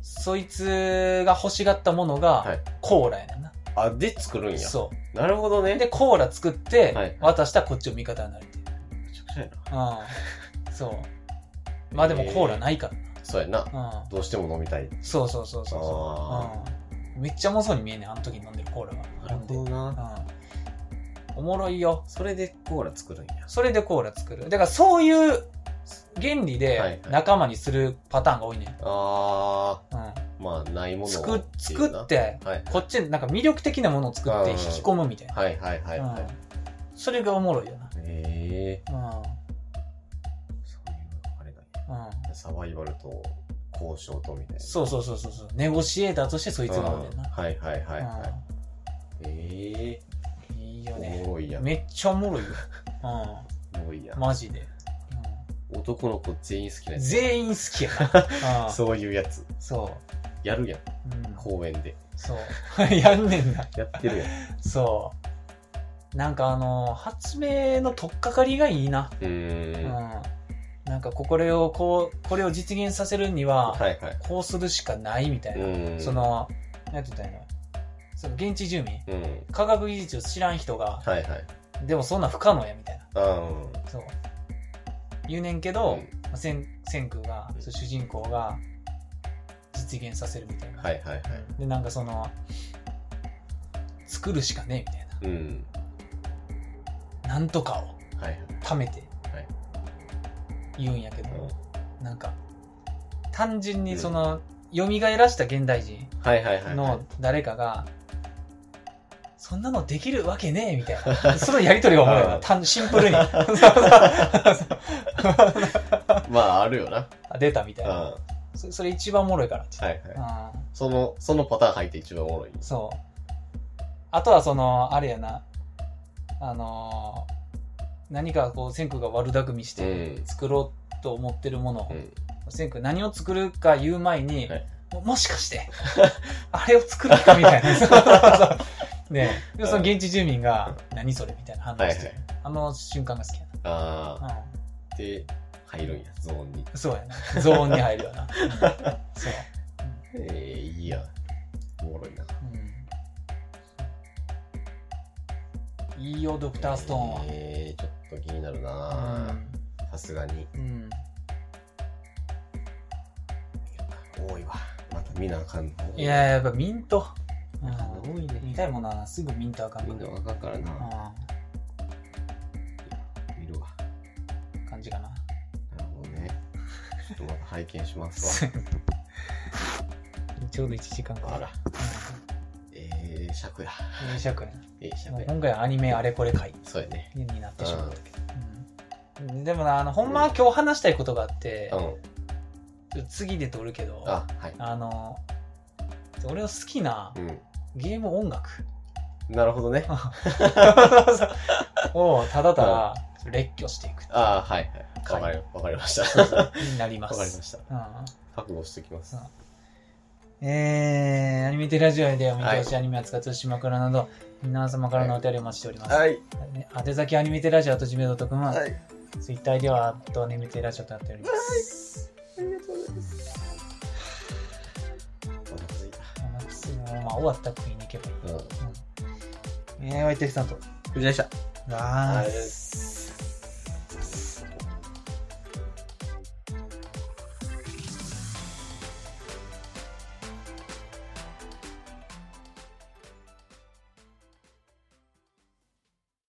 Speaker 2: そいつが欲しがったもの
Speaker 1: は
Speaker 2: が
Speaker 1: い
Speaker 2: コーラやねんな、
Speaker 1: あで作るんや
Speaker 2: そ
Speaker 1: なるほどね
Speaker 2: うでコーラ作って
Speaker 1: はい
Speaker 2: 渡したらこっちを味方になるっていう、
Speaker 1: めちゃくちゃやな
Speaker 2: うんそうまあでもコーラないか
Speaker 1: そうやな
Speaker 2: らな、
Speaker 1: どうしても飲みたい
Speaker 2: うん、そうそうそうそう
Speaker 1: あ
Speaker 2: うん、めっちゃ重そうに見えんねんあの時に飲んでるコーラが
Speaker 1: なるほどな
Speaker 2: うん、おもろいよ
Speaker 1: それでコーラ作るんや
Speaker 2: それでコーラ作るだからそういう原理
Speaker 1: はいはい
Speaker 2: で仲間にするパターンが多いねん、
Speaker 1: あ
Speaker 2: うん
Speaker 1: あまあないものを
Speaker 2: 作
Speaker 1: っていう
Speaker 2: 作
Speaker 1: な
Speaker 2: って
Speaker 1: はい
Speaker 2: こっちになんか魅力的なものを作って
Speaker 1: う
Speaker 2: 引
Speaker 1: ん
Speaker 2: き込むみたいな、
Speaker 1: はいはいはいはい
Speaker 2: うんそれがおもろいよな
Speaker 1: ええ
Speaker 2: うん
Speaker 1: そういうあれだね
Speaker 2: うん
Speaker 1: サバイバルと交渉とみたいな
Speaker 2: そうそうそうそうそうネゴシエーターとしてそいつがおるねん
Speaker 1: うん
Speaker 2: な、
Speaker 1: はいはいはいはい
Speaker 2: う
Speaker 1: ええ
Speaker 2: んいいよ
Speaker 1: お
Speaker 2: ね
Speaker 1: もろいやん
Speaker 2: めっちゃおも ろいよ、
Speaker 1: おもろいや
Speaker 2: うんん、マジで、
Speaker 1: 男の子全員好きな
Speaker 2: う
Speaker 1: や
Speaker 2: ん、
Speaker 1: つ
Speaker 2: 全員好きや なうんそう
Speaker 1: そういうやつやるやん
Speaker 2: うん
Speaker 1: 公園で
Speaker 2: そう やんねんな
Speaker 1: やってるやん
Speaker 2: そうなんかあの発明の取っかかりがいいな
Speaker 1: うーんは
Speaker 2: うん、なんかこれをこうこれを実現させるにはい
Speaker 1: はい
Speaker 2: こうするしかないみた
Speaker 1: う
Speaker 2: いな、
Speaker 1: ーん
Speaker 2: その何て言ったらいいのその現地住民
Speaker 1: うん
Speaker 2: 科学技術を知らん人が
Speaker 1: はいはい
Speaker 2: でもそんなん不可能やみたいな
Speaker 1: うん
Speaker 2: そう言うねんけ
Speaker 1: う
Speaker 2: ど、
Speaker 1: ん
Speaker 2: まあせん千空が、
Speaker 1: うん
Speaker 2: そう主人公が実現させるみたいな、
Speaker 1: はいはいはい
Speaker 2: でなんかその作るしかねえみたい
Speaker 1: うん
Speaker 2: ななんとかを
Speaker 1: はいはい
Speaker 2: 貯めて
Speaker 1: はい
Speaker 2: 言うんやけど、
Speaker 1: うん
Speaker 2: なんか単純にその、蘇らした現代人
Speaker 1: はいはいはいはい
Speaker 2: の誰かが「そんなのできるわけねえ」みたいな そのやり取りがおもろいよ
Speaker 1: う
Speaker 2: なん単シン プルに
Speaker 1: まああるよな
Speaker 2: あ出たみた
Speaker 1: う
Speaker 2: い
Speaker 1: ん
Speaker 2: な
Speaker 1: は
Speaker 2: そそれ一番おもろいから
Speaker 1: いはい
Speaker 2: うん
Speaker 1: そのそのパターン入って一番おもろい
Speaker 2: そあとはその、あれやな、あのー何かこう、千空が悪巧みして
Speaker 1: うん
Speaker 2: 作ろうと思ってるものを
Speaker 1: う、ん
Speaker 2: 千空何を作るか言う前に、
Speaker 1: はい
Speaker 2: ももしかして あれを作るかみたい なそうそうそうねえでその現地住民が「何それ?」みたいな反応して、
Speaker 1: はいは
Speaker 2: あの瞬間が好きや
Speaker 1: ああ
Speaker 2: な、
Speaker 1: で入るんやゾーンに
Speaker 2: うん、そうやなゾーンに入るよな、うんそう、
Speaker 1: ええいいやおもろいな
Speaker 2: うん、いいよドクターストーンは、
Speaker 1: ええちょっと気になるなさすがに
Speaker 2: うんうん
Speaker 1: 多いわまた見なあかんの
Speaker 2: いややっぱミント、うん
Speaker 1: 多いね
Speaker 2: 見たいものはすぐミントあかん
Speaker 1: みん
Speaker 2: か
Speaker 1: なわかんからな
Speaker 2: ら、
Speaker 1: 見るわ
Speaker 2: うん、感じかな
Speaker 1: なるほどねちょっとまた拝見しますわ
Speaker 2: ちょうど1時間
Speaker 1: あらええ尺や
Speaker 2: うん尺やな
Speaker 1: ええ尺
Speaker 2: もう
Speaker 1: や
Speaker 2: 今回はアニメあれこれ回
Speaker 1: そうやね
Speaker 2: になってしまったけど、うんでもなあのほんまは今日話したいことがあって
Speaker 1: う、ん
Speaker 2: ちょっと次で撮るけどあ
Speaker 1: あはい
Speaker 2: の俺の好きな
Speaker 1: うん
Speaker 2: ゲーム 音楽
Speaker 1: なるほどね
Speaker 2: をただただ列挙してい く
Speaker 1: ああはいはいわかりわかりましたわか
Speaker 2: になります。
Speaker 1: りました覚悟しておきます
Speaker 2: うんえー、アニメテラジオでお見通しアニメ扱ってる島倉など、皆様からのお便りをお待ちしております。
Speaker 1: はい
Speaker 2: 宛先アニメテラジオとジメドットコム、
Speaker 1: はい
Speaker 2: ツイッターでは、とアニメテラジオとなっております。
Speaker 1: ありがとうございます。お腹すいた。
Speaker 2: まあ、まあ、終わったら食いに行けばいい。
Speaker 1: うん。
Speaker 2: うん、えー、お相手さんと。
Speaker 1: 無事でした。
Speaker 2: あ
Speaker 1: ありがとうございま
Speaker 2: ー